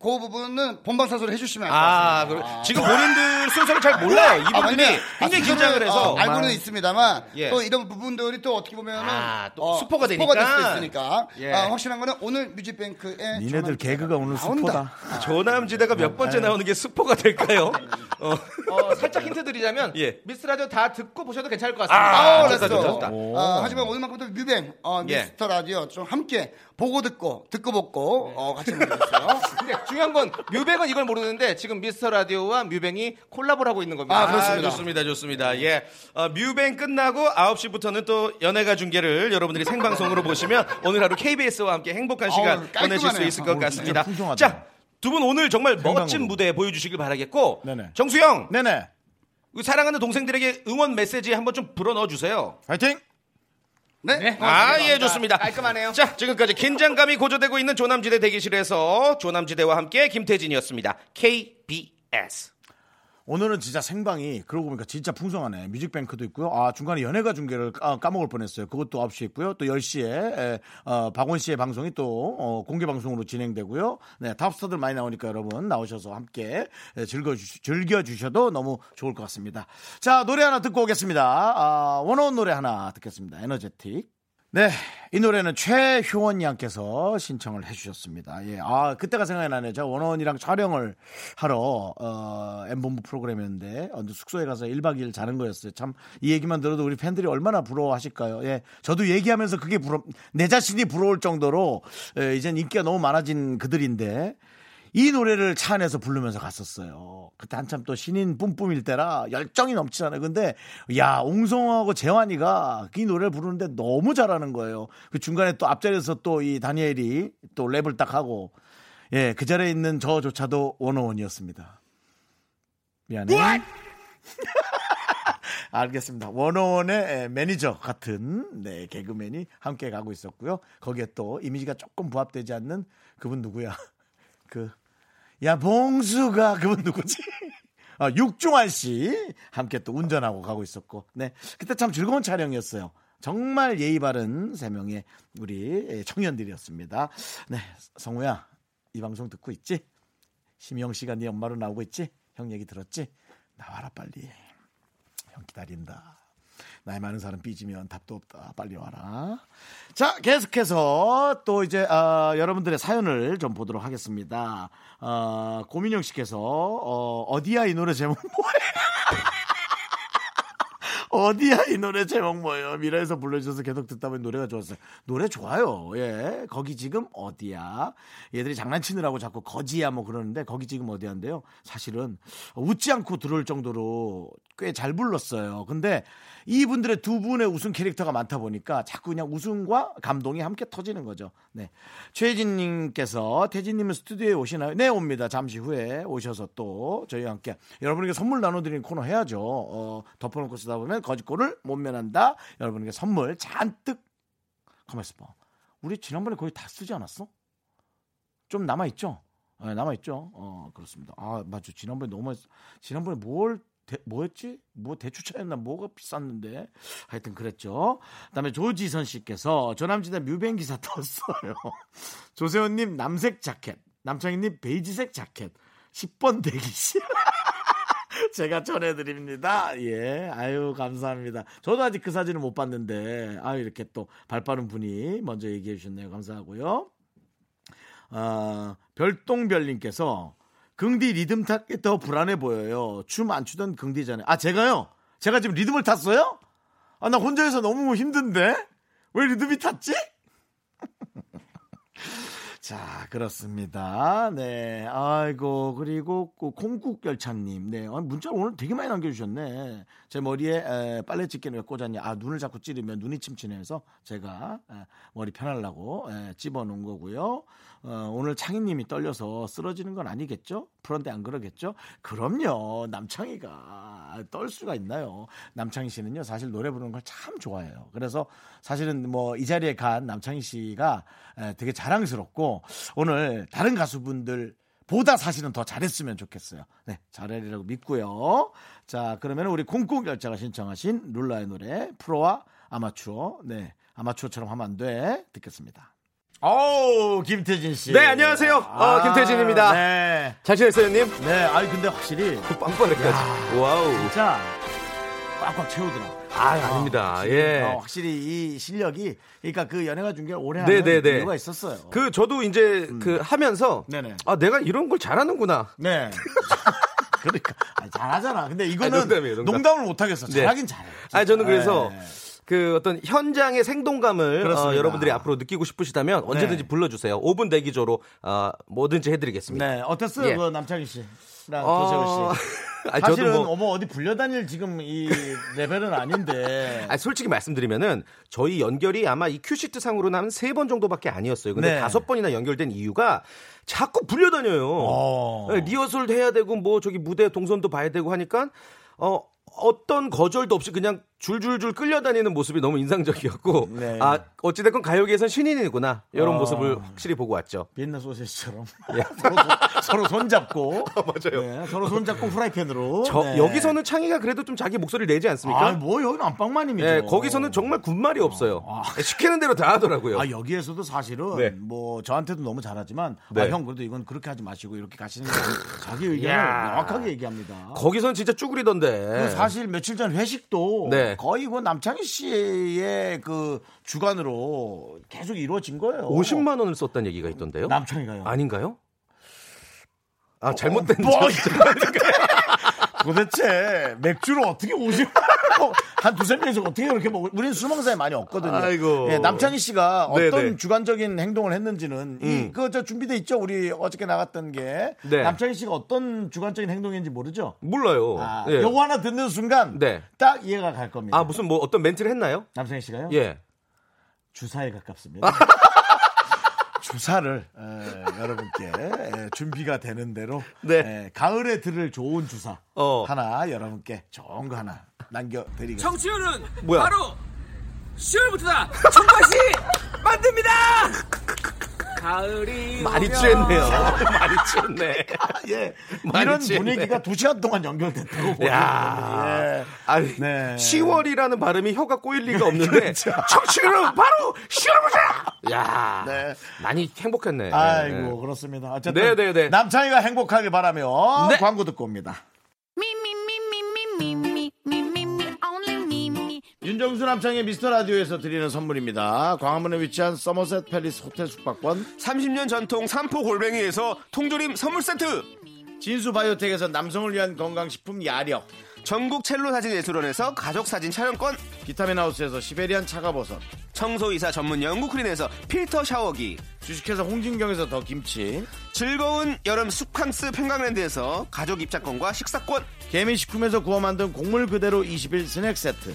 그 부분은 본방사수를 해주시면 알 것 아, 같습니다. 그래. 지금 본인들 순서를 잘 몰라요. 아, 이분들이 왜냐면, 아, 굉장히 순서를, 긴장을 해서. 어, 알고는 있습니다만 예. 또 이런 부분들이 또 어떻게 보면은 아, 또 어, 스포가 스포가 될 되니까. 수도 있으니까 예. 아, 확실한 거는 오늘 뮤직뱅크에 니네들 개그가 오늘 나온다. 스포다. 조남지대가 몇 네. 번째 나오는 게 스포가 될까요? 어. 어, 살짝 힌트 드리자면 예. 미스 라디오 다 듣고 보셔도 괜찮을 것 아, 같습니다. 됐다, 그래서, 됐다, 됐다. 오. 아, 하지만 오늘만큼도 뮤뱅 어, 예. 미스터 라디오 좀 함께 보고 듣고 듣고 네. 먹고 어, 같이 먹겠어요. 근데 중요한 건 뮤뱅은 이걸 모르는데 지금 미스터 라디오와 뮤뱅이 콜라보를 하고 있는 겁니다. 아, 그렇습니다. 좋습니다. 좋습니다. 예. 어, 뮤뱅 끝나고 9시부터는 또 연예가 중계를 여러분들이 생방송으로 보시면 오늘 하루 KBS와 함께 행복한 시간 어우, 깔끔하네요. 아, 보내실 수 있을 것 어우, 진짜 같습니다. 풍성하다. 자, 두 분 오늘 정말 멋진 생방으로. 무대 보여주시길 바라겠고 네네. 정수영 네네. 그 사랑하는 동생들에게 응원 메시지 한번 좀 불어 넣어주세요. 파이팅! 네. 어, 고맙습니다. 아, 예, 좋습니다. 깔끔하네요. 자, 지금까지 긴장감이 고조되고 있는 조남지대 대기실에서 조남지대와 함께 김태진이었습니다. KBS. 오늘은 진짜 생방이 그러고 보니까 진짜 풍성하네. 뮤직뱅크도 있고요. 아 중간에 연예가 중계를 까, 먹을 뻔했어요. 그것도 9시 있고요. 또 10시에 에, 어, 박원 씨의 방송이 또 어, 공개 방송으로 진행되고요. 네, 탑스타들 많이 나오니까 여러분 나오셔서 함께 즐겨 즐겨 주셔도 너무 좋을 것 같습니다. 자 노래 하나 듣고 오겠습니다. 아, 원어원 노래 하나 듣겠습니다. 에너제틱. 네, 이 노래는 최효원 양께서 신청을 해주셨습니다. 예, 아 그때가 생각이 나네요. 제가 원원이랑 촬영을 하러 어, 엠본부 프로그램이었는데 어, 근데 숙소에 가서 1박 2일 자는 거였어요. 참 이 얘기만 들어도 우리 팬들이 얼마나 부러워하실까요? 예, 저도 얘기하면서 그게 부러 내 자신이 부러울 정도로 예, 이젠 인기가 너무 많아진 그들인데 이 노래를 차 안에서 부르면서 갔었어요. 그때 한참 또 신인 뿜뿜일 때라 열정이 넘치잖아요. 근데 야 옹성하고 재환이가 이 노래를 부르는데 너무 잘하는 거예요. 그 중간에 또 앞자리에서 또 이 다니엘이 또 랩을 딱 하고 예 그 자리에 있는 저조차도 원어원이었습니다. 미안해. 알겠습니다. 원어원의 에, 매니저 같은 네 개그맨이 함께 가고 있었고요. 거기에 또 이미지가 조금 부합되지 않는 그분 누구야? 그, 야, 봉수가, 그분 누구지? 아, 육중환 씨. 함께 또 운전하고 가고 있었고. 네. 그때 참 즐거운 촬영이었어요. 정말 예의 바른 세 명의 우리 청년들이었습니다. 네. 성우야, 이 방송 듣고 있지? 심영 씨가 네 엄마로 나오고 있지? 형 얘기 들었지? 나와라, 빨리. 형 기다린다. 나이 많은 사람 삐지면 답도 없다. 빨리 와라. 자, 계속해서 또 이제 아, 여러분들의 사연을 좀 보도록 하겠습니다. 아, 고민영 씨께서 어, 디야이 노래 제목 뭐예요? 어디야 이 노래 제목 뭐예요? 미라에서 불러주셔서 계속 듣다 보니 노래가 좋았어요. 노래 좋아요. 예, 거기 지금 어디야? 얘들이 장난치느라고 자꾸 거지야 뭐 그러는데 거기 지금 어디야인데요. 사실은 웃지 않고 들을 정도로 꽤 잘 불렀어요. 근데 이분들의 두 분의 웃음 캐릭터가 많다 보니까 자꾸 그냥 웃음과 감동이 함께 터지는 거죠. 네, 최혜진님께서 태진님은 스튜디오에 오시나요? 네, 옵니다. 잠시 후에 오셔서 또 저희와 함께 여러분에게 선물 나눠드리는 코너 해야죠. 어, 덮어놓고 쓰다 보면 거짓골을 못 면한다. 여러분에게 선물 잔뜩 가만 있어봐. 우리 지난번에 거의 다 쓰지 않았어? 좀 남아 있죠? 네, 남아 있죠. 어 그렇습니다. 아 맞죠. 지난번에 너무 많이 쓰- 지난번에 뭘 대- 뭐였지? 뭐 대추차였나 뭐가 비쌌는데 하여튼 그랬죠. 그다음에 조지선 씨께서 조남지대 뮤뱅 기사 떴어요. 조세호님 남색 자켓, 남창희님 베이지색 자켓, 10번 대기실. 제가 전해드립니다. 예, 아유 감사합니다. 저도 아직 그 사진을 못 봤는데 아 이렇게 또 발빠른 분이 먼저 얘기해 주셨네요. 감사하고요. 아, 별똥별님께서 긍디 리듬 타기 더 불안해 보여요. 춤 안 추던 긍디잖아요. 아 제가요? 제가 지금 리듬을 탔어요? 아 나 혼자 해서 너무 힘든데 왜 리듬이 탔지? 자, 그렇습니다. 네. 아이고, 그리고 그 콩국열차님. 네. 아, 문자를 오늘 되게 많이 남겨주셨네. 제 머리에 에, 빨래 집게는 왜 꽂았냐. 아, 눈을 자꾸 찌르면 눈이 침침해서 제가 에, 머리 편하려고 에, 집어놓은 거고요. 어, 오늘 창희님이 떨려서 쓰러지는 건 아니겠죠? 그런데 안 그러겠죠? 그럼요. 남창희가 떨 수가 있나요? 남창희 씨는요, 사실 노래 부르는 걸 참 좋아해요. 그래서 사실은 뭐 이 자리에 간 남창희 씨가 에, 되게 자랑스럽고 오늘 다른 가수분들 보다 사실은 더 잘했으면 좋겠어요. 네, 잘하리라고 믿고요. 자, 그러면 우리 콩콩 열자가 신청하신 룰라의 노래 프로와 아마추어, 네, 아마추어처럼 하면 안 돼. 듣겠습니다. 어우, 김태진 씨. 네, 안녕하세요. 어, 아, 김태진입니다. 네. 잘 지냈어요, 형님? 네, 아니, 근데 확실히. 빵빠르까지. 와우. 진짜 꽉꽉 채우더라. 아, 아닙니다. 확실히, 예. 어, 확실히 이 실력이, 그러니까 그 연애가 중계 오래 하는 네네네. 이유가 있었어요. 그 저도 이제 그 하면서 음. 네네. 아 내가 이런 걸 잘하는구나. 네. 그러니까 아니, 잘하잖아. 근데 이거는 아니, 농담이에요, 농담. 을 못하겠어. 네. 잘하긴 잘해. 아 저는 그래서 네. 그 어떤 현장의 생동감을 그렇습니다. 네. 어, 여러분들이 앞으로 느끼고 싶으시다면 언제든지 불러주세요. 5분 대기조로 어, 뭐든지 해드리겠습니다. 네, 어땠어요? 예. 그 남창희 씨랑 어, 조세호 씨. 아니, 사실은 저도 뭐 어머 어디 불려다닐 지금 이 레벨은 아닌데. 아니, 솔직히 말씀드리면은 저희 연결이 아마 이 큐시트 상으로는 한 세 번 정도밖에 아니었어요. 근데 네. 다섯 번이나 연결된 이유가 자꾸 불려다녀요. 어. 네, 리허설도 해야 되고 뭐 저기 무대 동선도 봐야 되고 하니까 어 어떤 거절도 없이 그냥 줄줄줄 끌려다니는 모습이 너무 인상적이었고 네. 아 어찌됐건 가요계에선 신인이구나 이런 어. 모습을 확실히 보고 왔죠. 비엔나 소세지처럼 서로, 손- 서로 손잡고 예. 맞아요. 네, 서로 손잡고 후라이팬으로 저 네. 여기서는 창희가 그래도 좀 자기 목소리를 내지 않습니까? 아, 뭐 여기는 안방만이죠. 예, 거기서는 정말 군말이 없어요. 네, 시키는 대로 다 하더라고요. 아 여기에서도 사실은 네. 뭐 저한테도 너무 잘하지만 네. 아, 형 그래도 이건 그렇게 하지 마시고 이렇게 가시는 게 아니고 자기 의견을 야. 명확하게 얘기합니다. 거기선 진짜 쭈그리던데. 그리고 사실 며칠 전 회식도 네. 거의 그 남창희 씨의 그 주관으로 계속 이루어진 거예요. 50만 원을 썼다는 얘기가 있던데요. 남창희가요. 아닌가요? 아 잘못된 뭐, 점- 도대체 맥주를 어떻게 50만 한 두세 명이서 어떻게 그렇게 먹을 우린 술 먹는 사람이 많이 없거든요. 아이고. 예, 남창희 씨가 어떤 네네. 음. 주관적인 행동을 했는지는 이그저 준비돼 있죠. 우리 어저께 나갔던 게 네. 남창희 씨가 어떤 주관적인 행동인지 모르죠. 몰라요. 아, 예. 요거 하나 듣는 순간 네. 딱 이해가 갈 겁니다. 아 무슨 뭐 어떤 멘트를 했나요? 남창희 씨가요? 예. 주사에 가깝습니다. 주사를 에, 여러분께 에, 준비가 되는 대로 네. 에, 가을에 들을 좋은 주사 어. 하나 여러분께 좋은 거 하나 남겨드리겠습니다. 정치율은 뭐야? 바로 10월부터다. 청바시 만듭니다. 가을이 많이 취했네요. 많이 취했네. 예. 많이 이런 취했네. 분위기가 두 시간 동안 연결됐다고 보니다 야. 예. 아니, 네. 10월이라는 발음이 혀가 꼬일 리가 없는데 그렇죠. 청취율은 바로 10월부터. 야. 네. 많이 행복했네. 아이고 네. 그렇습니다. 어쨌든 네, 네, 네. 남창이가 행복하게 바라며 네. 광고 듣고 옵니다. Me, me, me, me, me, me, me, me, me, me, only me, me. 윤정수 남창의 미스터 라디오에서 드리는 선물입니다. 광화문에 위치한 서머셋 팰리스 호텔 숙박권 30년 전통 삼포 골뱅이에서 통조림 선물 세트. 진수 바이오텍에서 남성을 위한 건강식품 야력 전국 첼로 사진 예술원에서 가족 사진 촬영권. 비타민 하우스에서 시베리안 차가버섯 청소이사 전문 영국크린에서 필터 샤워기. 주식회사 홍진경에서 더 김치 즐거운 여름 숙캉스 평강랜드에서 가족 입장권과 식사권. 개미식품에서 구워 만든 곡물 그대로 21 스낵 세트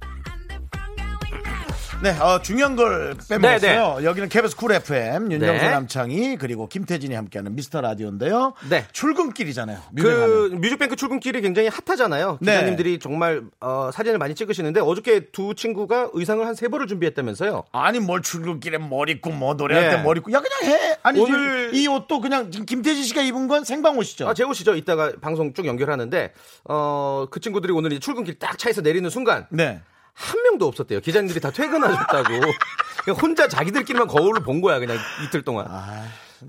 네, 어, 중요한 걸 빼먹었어요. 네, 여기는 KBS 쿨 FM 윤정수 네. 남창희 그리고 김태진이 함께하는 미스터 라디오인데요. 네. 출근길이잖아요. 뮤직하면. 그 뮤직뱅크 출근길이 굉장히 핫하잖아요. 네. 기자님들이 정말 어, 사진을 많이 찍으시는데 어저께 두 친구가 의상을 한 세 벌을 준비했다면서요. 아니 뭘 출근길에 뭘 입고 뭐 노래할 네. 때 뭘 입고 야 그냥 해. 아니 오늘- 지금 이 옷도 그냥 지금 김태진 씨가 입은 건 생방 옷이죠. 아, 재우시죠. 이따가 방송 쭉 연결하는데 어, 그 친구들이 오늘 이제 출근길 딱 차에서 내리는 순간 네. 한 명도 없었대요. 기자님들이 다 퇴근하셨다고. 그냥 혼자 자기들끼리만 거울을 본 거야. 그냥 이틀 동안.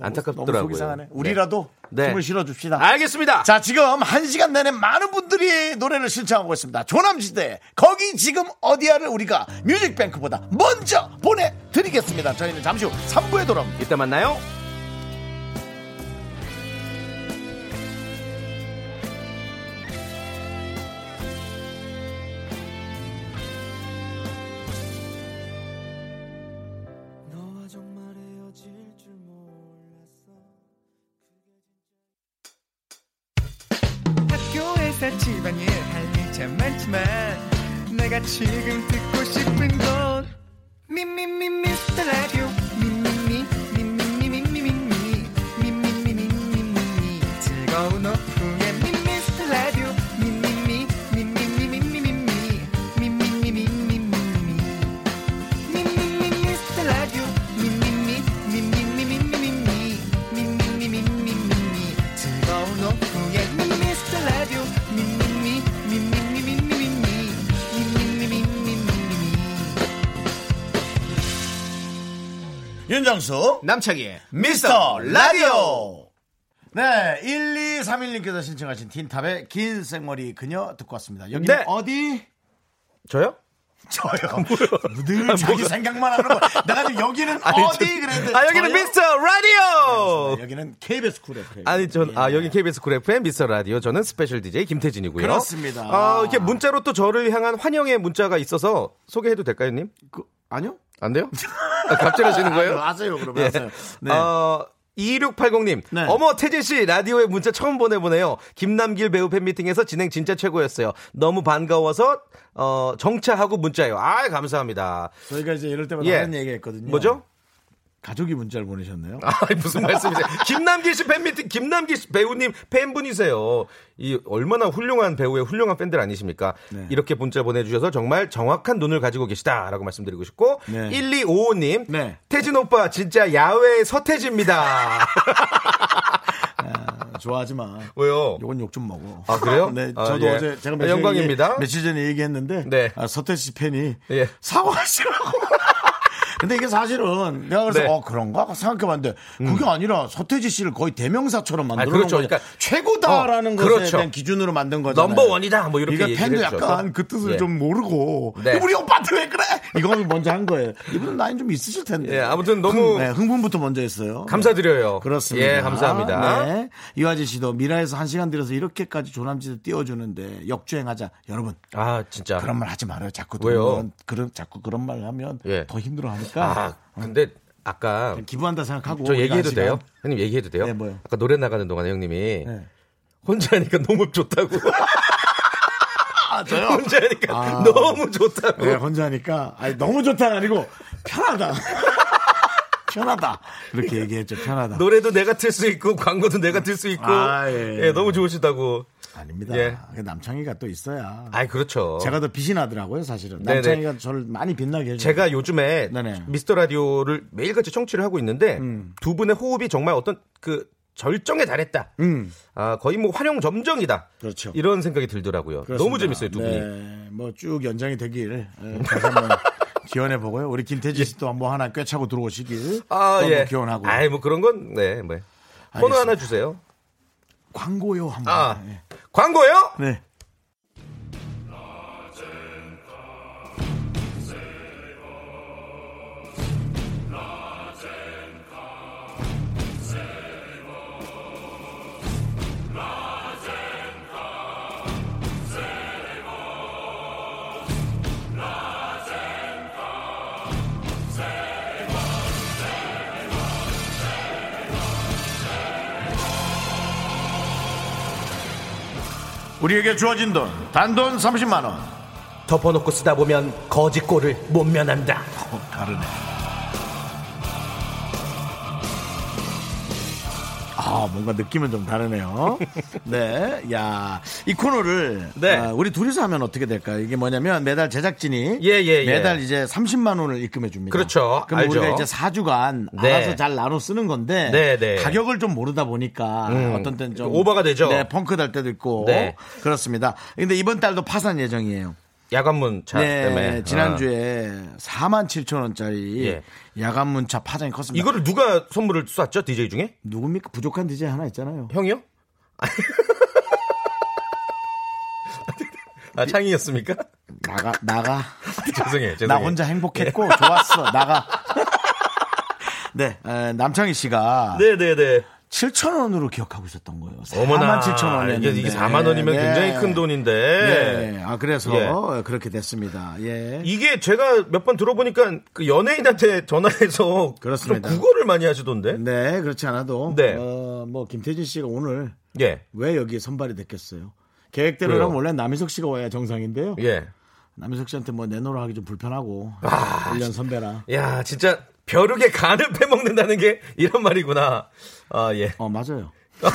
안타깝더라고요. 아, 너무 속 이상하네. 우리라도 네. 힘을 실어 줍시다. 네. 알겠습니다. 자, 지금 한 시간 내내 많은 분들이 노래를 신청하고 있습니다. 조남지대, 거기 지금 어디야를 우리가 뮤직뱅크보다 먼저 보내드리겠습니다. 저희는 잠시 후 3부에 돌아옵니다. 이따 만나요. 학교에서 집안일 할 일 참 많지만 내가 지금 듣고 싶은 건 미미미 미스터 라디오 미미미 미미미 미미미 미미미 미미미 즐거운 오후에 미스터 라디오 미미미 미미미 미미미 미미미 미미미 미미미 미미미 미미미 즐거운 오후에 미스터 라디오 윤정수 남창희의 미스터 라디오 네 1231님께서 신청하신 틴탑의 긴 생머리 그녀 듣고 왔습니다 여기 네. 는 어디? 저요? 아, 뭐. 저요 늘 자기 생각만 하는 거 내가 지금 여기는 아니, 어디 저- 그랬는데 아, 여기는 미스터 라디오! 여기는 KBS 쿨 FM 아니 전 아 여기 KBS 쿨 FM 미스터 라디오 저는 스페셜 DJ 김태진이고요. 예. 그렇습니다. 아 이렇게 문자로 또 저를 향한 환영의 문자가 있어서 소개해도 될까요, 님? 아니요. 안 돼요? 아, 갑자기 하시는 거예요? 아, 하세요, 그러면 하세요. 네. 어 2680님, 어머, 태진씨, 라디오에 문자 처음 보내보네요. 김남길 배우 팬미팅에서 진행 진짜 최고였어요. 너무 반가워서, 어, 정차하고 문자요. 아 감사합니다. 저희가 이제 이럴 때마다 예. 하는 얘기 했거든요 뭐죠? 가족이 문자를 보내셨네요 아, 무슨 말씀이세요? 김남길 씨 팬미팅, 김남길 씨 배우님 팬분이세요. 이 얼마나 훌륭한 배우의 훌륭한 팬들 아니십니까? 이렇게 문자 보내주셔서 정말 정확한 눈을 가지고 계시다라고 말씀드리고 싶고, 네. 1255님, 태진 오빠 진짜 야외 서태지입니다. 좋아하지 마. 왜요? 요건 욕 좀 먹어. 아, 그래요? 네, 아, 저도 예. 어제 제가 며칠 영광입니다. 네. 전에 얘기- 며칠 전에 얘기했는데 아, 서태 씨 팬이 예. 사과하시라고. 근데 이게 사실은 내가 그래서 네. 음. 어 그런가 생각해봤는데 그게 아니라 서태지 씨를 거의 대명사처럼 만들어 놓은 그렇죠. 거죠. 그러니까 최고다라는 어, 것에 그렇죠. 대한 기준으로 만든 거잖아요. 넘버원이다, 뭐 이렇게 그러니까 팬도 얘기를 해주셔서. 약간 그 뜻을 예. 좀 모르고 네. 우리 오빠한테 왜 그래? 이걸 먼저 한 거예요. 이분은 나이 좀 있으실 텐데. 예, 아무튼 너무- 흥, 네, 흥분부터 먼저 했어요. 네, 감사드려요. 그렇습니다. 예, 감사합니다. 네. 이화진 씨도 미라에서 한 시간 들여서 이렇게까지 조남지대 띄워주는데 역주행하자. 여러분. 아, 진짜. 그런 말 하지 말아요. 자꾸 왜요? 그런, 그런 자꾸 그런 말 하면 예. 더 힘들어하니까. 아, 근데 아까 기부한다 생각하고. 저 우리가 얘기해도 한 시간. 돼요? 형님 얘기해도 돼요? 네, 뭐요? 아까 노래 나가는 동안에 형님이 네. 혼자 하니까 너무 좋다고. 아, 저요? 혼자 하니까 아. 너무 좋다고. 네, 혼자 하니까. 아니, 너무 좋다는 아니고 편하다. 편하다. 그렇게 얘기했죠. 편하다. 노래도 내가 틀 수 있고 광고도 내가 틀 수 있고 아, 예. 예, 너무 좋으시다고. 아닙니다. 예. 그 남창희가 또 있어야. 아이 그렇죠. 제가 더 빛이 나더라고요, 사실은. 네네. 남창희가 저를 많이 빛나게 해줘요. 제가 요즘에 네네. 음. 미스터 라디오를 매일같이 청취를 하고 있는데 두 분의 호흡이 정말 어떤 그 절정에 달했다. 음. 아 거의 뭐 활용 점정이다. 그렇죠. 네. 이런 생각이 들더라고요. 너무 재밌어요 두 분이. 뭐쭉 연장이 되길 에, 다시 한번 기원해 보고요. 우리 김태진 씨도 뭐 하나 꿰차고 들어오시길 너무 기원하고 예. 아, 아이 뭐 그런 건 네, 뭐. 코너 하나 주세요. 광고요 한번. 예. 아. 광고요? 네. 우리에게 주어진 돈 단돈 30만 원. 덮어놓고 쓰다 보면 거짓골을 못 면한다. 다르네. 아, 뭔가 느낌은 좀 다르네요. 네, 야, 이 코너를 네. 아, 우리 둘이서 하면 어떻게 될까요? 이게 뭐냐면 매달 제작진이 예, 예, 예. 매달 이제 30만 원을 입금해 줍니다. 그렇죠. 그럼 알죠. 우리가 이제 4주간 네. 알아서 잘 나눠 쓰는 건데 네, 네. 가격을 좀 모르다 보니까 음, 어떤 때는 좀 오버가 되죠. 네, 펑크 날 때도 있고 네. 그렇습니다. 근데 이번 달도 파산 예정이에요. 야간문 차 네, 때문에 어. 아. 지난주에 4만 7천 원짜리 예. 야간 문차 파장이 아. 컸습니다. 이거를 누가 선물을 쐈죠 DJ 중에? 누굽니까? 부족한 DJ 하나 있잖아요. 형이요? 아 창이였습니까? 나가 나가. 죄송해요. 죄송해요. 예. 나 혼자 행복했고 좋았어. 나가. 네, 에, 남창희 씨가 네네네. 7천 원으로 기억하고 있었던 거예요. 4만 어머나 7천 원에 이게, 이게 4만 원이면 굉장히 큰 돈인데. 네, 아 그래서 예. 그렇게 됐습니다. 예. 이게 제가 몇 번 들어보니까 그 연예인한테 전화해서 그렇습니다. 좀 국어를 많이 하시던데. 네, 그렇지 않아도 네. 어, 뭐 김태진 씨가 오늘 예. 왜 여기 선발이 됐겠어요? 계획대로라면 왜요? 원래 남희석 씨가 와야 정상인데요. 예. 남희석 씨한테 뭐 내놓으라 하기 좀 불편하고 아, 1년 선배라. 야, 진짜 벼룩의 간을 빼먹는다는 게 이런 말이구나. 아, 예. 어 맞아요.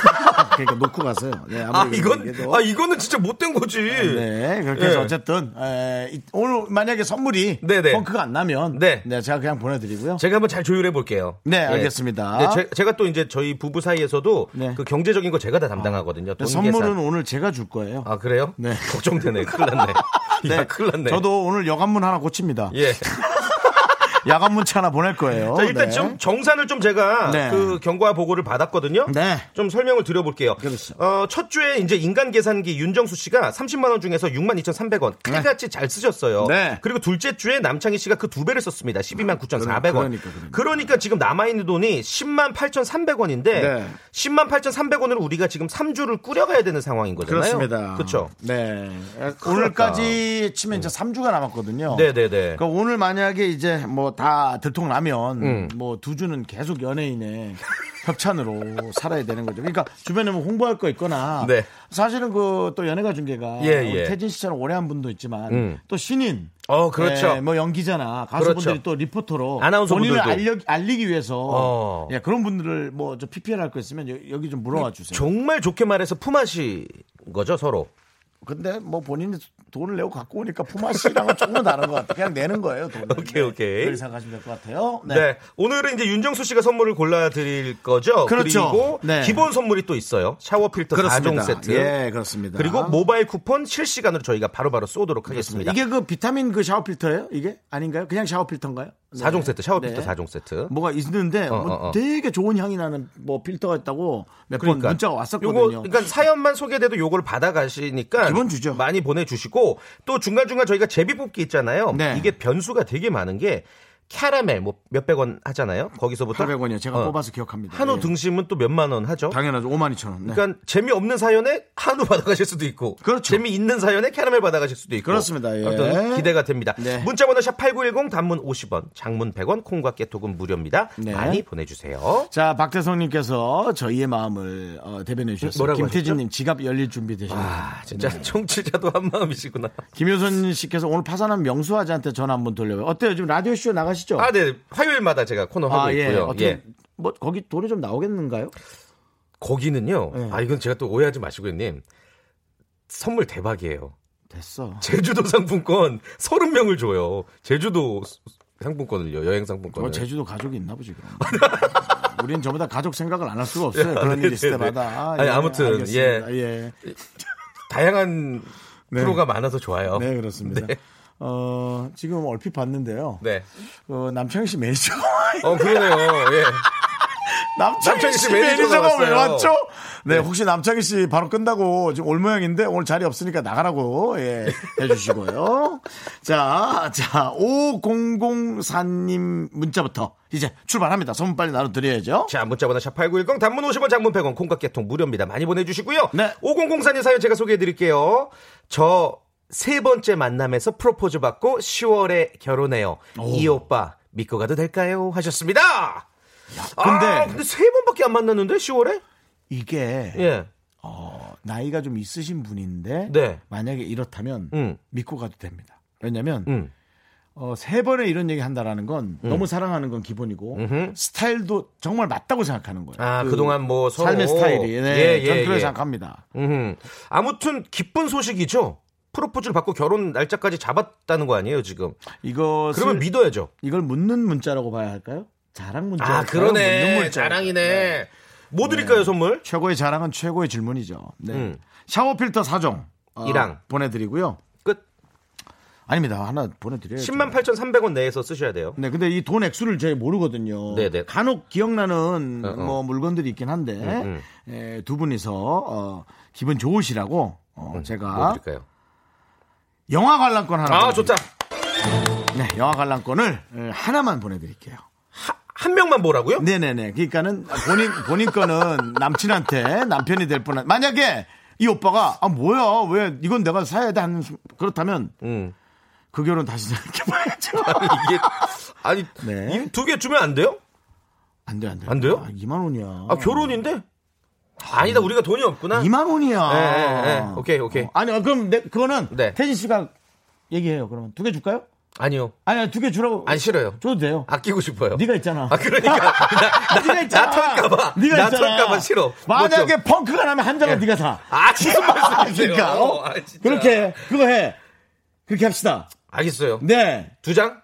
그러니까 놓고 가세요. 네, 아무리 아, 이건 얘기해도. 아, 이거는 진짜 못된 거지. 네, 그렇게 해서 어쨌든 에, 이- 오늘 만약에 선물이 네네. 펑크가 안 나면 네. 네, 제가 그냥 보내드리고요. 제가 한번 잘 조율해 볼게요. 예. 네, 알겠습니다. 제, 가또 이제 저희 부부 사이에서도 네. 그 경제적인 거 제가 다 담당하거든요. 돈 선물은 계산. 오늘 제가 줄 거예요. 아, 그래요? 네. 걱정되네. 큰일 났네. 야, 큰일 났네. 저도 오늘 여관문 하나 고칩니다. 예. 야간 문자 하나 보낼 거예요. 자, 일단 네. 좀 정산을 좀 제가 네. 그 경과 보고를 받았거든요. 좀 설명을 드려볼게요. 어, 첫 주에 이제 인간 계산기 윤정수 씨가 30만 원 중에서 6만 2,300원 칼같이 잘 쓰셨어요. 네. 아, 그리고 둘째 주에 남창희 씨가 그 두 배를 썼습니다. 12만 9,400원. 그러니까, 그러니까. 지금 남아 있는 돈이 10만 8,300원인데 네. 10만 8,300원을 우리가 지금 3주를 꾸려가야 되는 상황인 거잖아요. 그렇습니다. 그렇죠. 네. 큰일 오늘까지 치면 이제 3주가 남았거든요. 네네네. 그러니까 오늘 만약에 이제 뭐 다 들통나면 음. 뭐 두 주는 계속 연예인의 협찬으로 살아야 되는 거죠. 그러니까 주변에 뭐 홍보할 거 있거나 네. 사실은 그 또 연예가 중계가 예, 우리 예. 태진 씨처럼 오래 한 분도 있지만 음. 또 신인 어, 그렇죠. 예, 뭐 연기자나 가수분들이 그렇죠. 또 리포터로 본인을 아나운서분들도. 알려, 알리기 위해서 어. 예, 그런 분들을 뭐 저 PPL 할 거 있으면 여- 여기 좀 예, 물어와 주세요. 정말 좋게 말해서 품앗이 거죠 서로. 근데 뭐 본인이 돈을 내고 갖고 오니까 품앗 씨랑은 조금은 다른 것 같아요. 그냥 내는 거예요, 돈을. 네. 오케이 오케이. 그렇게 생각하시면 될 것 같아요. 네. 네. 오늘은 이제 윤정수 씨가 선물을 골라드릴 거죠. 그렇죠. 리고 네. 기본 선물이 또 있어요. 샤워 필터 그렇습니다. 4종 세트. 예, 그렇습니다. 그리고 뭐 모바일 쿠폰 실시간으로 저희가 바로바로 쏘도록 하겠습니다. 이게 그 비타민 그 샤워 필터예요? 이게 아닌가요? 그냥 샤워 필터인가요? 네. 4종 세트, 샤워 필터 네. 4종 세트. 뭐가 있는데 어, 뭐 어, 어. 되게 좋은 향이 나는 뭐 필터가 있다고 몇 번 그러니까. 문자가 요거 왔었거든요. 그러니까 사연만 소개돼도 요걸 받아가시니까 기본 주죠. 많이 보내주시고 또 중간 중간 저희가 제비 뽑기 있잖아요. 네. 이게 변수가 되게 많은 게 캐러멜 뭐 몇백 원 하잖아요. 거기서부터 800원이요. 제가 뽑아서 기억합니다. 어. 한우 예. 등심은 또 몇만 원 하죠. 당연하죠. 5만 2천 원. 네. 그렇죠. 그러니까 재미없는 사연에 한우 받아가실 수도 있고 재미있는 사연에 캐러멜 받아가실 수도 있고 그렇습니다. 예. 네. 아무튼 기대가 됩니다. 문자번호 샵8910 단문 50원 장문 100원 콩과 깨톡은 무료입니다. 네. 많이 보내주세요. 자, 박태성님께서 저희의 마음을 어, 대변해 주셨어요. 뭐라고 김태진님 지갑 열릴 준비 되셨나요? 아, 진짜 청취자도 한 마음이시구나. 김효선 씨께서 오늘 파산한 명수아지한테 전화 한번 돌려봐요. 어때요? 지금 라디오 쇼 나가시죠? 아, 네. 화요일마다 제가 코너 하고 아, 예. 있고요. 어떻게 예. 뭐 거기 돈이 좀 나오겠는가요? 거기는요. 아, 이건 제가 또 오해하지 마시고요, 님. 선물 대박이에요. 됐어. 제주도 상품권 30명을 줘요. 제주도 상품권을요. 여행 상품권을. 어, 제주도 가족이 있나 보지 그럼. 우린 저보다 가족 생각을 안 할 수가 없어요. 예, 그런 일 있을 네, 네. 때마다. 아니, 아무튼, 예, 알겠습니다. 예. 다양한 네. 프로가 많아서 좋아요. 네, 그렇습니다. 네. 어, 지금 얼핏 봤는데요. 네. 어, 남창희 씨 매니저. 어, 그러네요. 예. 남창희 씨 매니저가 왜 왔죠? 네, 혹시 남창희 씨 바로 끝나고 지금 올 모양인데 오늘 자리 없으니까 나가라고 예, 해주시고요. 자, 자, 5004님 문자부터 이제 출발합니다. 선물 빨리 나눠드려야죠. 자, 문자번호 샵8910 단문 50원 장문 100원 콩깍 개통 무료입니다. 많이 보내주시고요. 네. 5004님 사연 제가 소개해드릴게요. 저 세 번째 만남에서 프로포즈 받고 10월에 결혼해요. 이 오빠 믿고 가도 될까요? 하셨습니다. 근데, 아, 근데 세 번밖에 안 만났는데 10월에? 이게 예. 어, 나이가 좀 있으신 분인데 네. 만약에 이렇다면 음. 믿고 가도 됩니다. 왜냐면 음. 어, 세 번에 이런 얘기 한다라는 건 음. 너무 사랑하는 건 기본이고 스타일도 정말 맞다고 생각하는 거예요. 아, 그동안 뭐 서로- 삶의 스타일이 네, 예, 예, 전 그렇게 예. 생각합니다. 음. 아무튼 기쁜 소식이죠. 프로포즈를 받고 결혼 날짜까지 잡았다는 거 아니에요, 지금. 이거 그러면 믿어야죠. 이걸 묻는 문자라고 봐야 할까요? 자랑 문자. 아, 그러네. 자랑이네. 뭐 네. 드릴까요, 선물? 최고의 자랑은 최고의 질문이죠. 네. 음. 샤워 필터 4종 어, 이랑. 보내드리고요. 끝. 아닙니다. 하나 보내드려요. 10만 8,300원 내에서 쓰셔야 돼요. 네, 근데 이 돈 액수를 제가 모르거든요. 네네. 간혹 기억나는 어, 어. 뭐 물건들이 있긴 한데 음, 에, 두 분이서 어, 기분 좋으시라고 어, 제가 뭐 드릴까요? 영화 관람권 하나. 아, 보내드릴게요. 네, 영화 관람권을 에, 하나만 보내드릴게요. 한 명만 보라고요? 네네네. 그러니까는 본인 본인 거는 남친한테 남편이 될 뻔한. 만약에 이 오빠가 아 뭐야 왜 이건 내가 사야 돼 하는 순- 그렇다면 음. 그 결혼 다시 생각해봐야죠. 네. 이게 아니 두 개 주면 안 돼요? 안 돼요, 안 돼요. 안 돼요? 아, 2만 원이야. 아, 결혼인데? 아니다, 우리가 돈이 없구나. 2만 원이야. 예, 예, 예. 오케이, 오케이. 네. 아니 어, 그럼 내, 그거는 태진 씨가 얘기해요. 그러면 두 개 줄까요? 아니요. 아니 두 개 주라고. 안 싫어요. 줘도 돼요. 아끼고 싶어요. 네가 있잖아. 아, 그러니까. 나, 나, 네가 있잖아. 나 털까봐. 네가 나 있잖아. 털까봐 싫어. 만약에 못 줘. 펑크가 나면 한 장은 네가 사. 아, 무슨 말씀이세요? 그러니까, 어? 아, 진짜. 그렇게 그거 해. 그렇게 합시다. 알겠어요. 네. 두 장?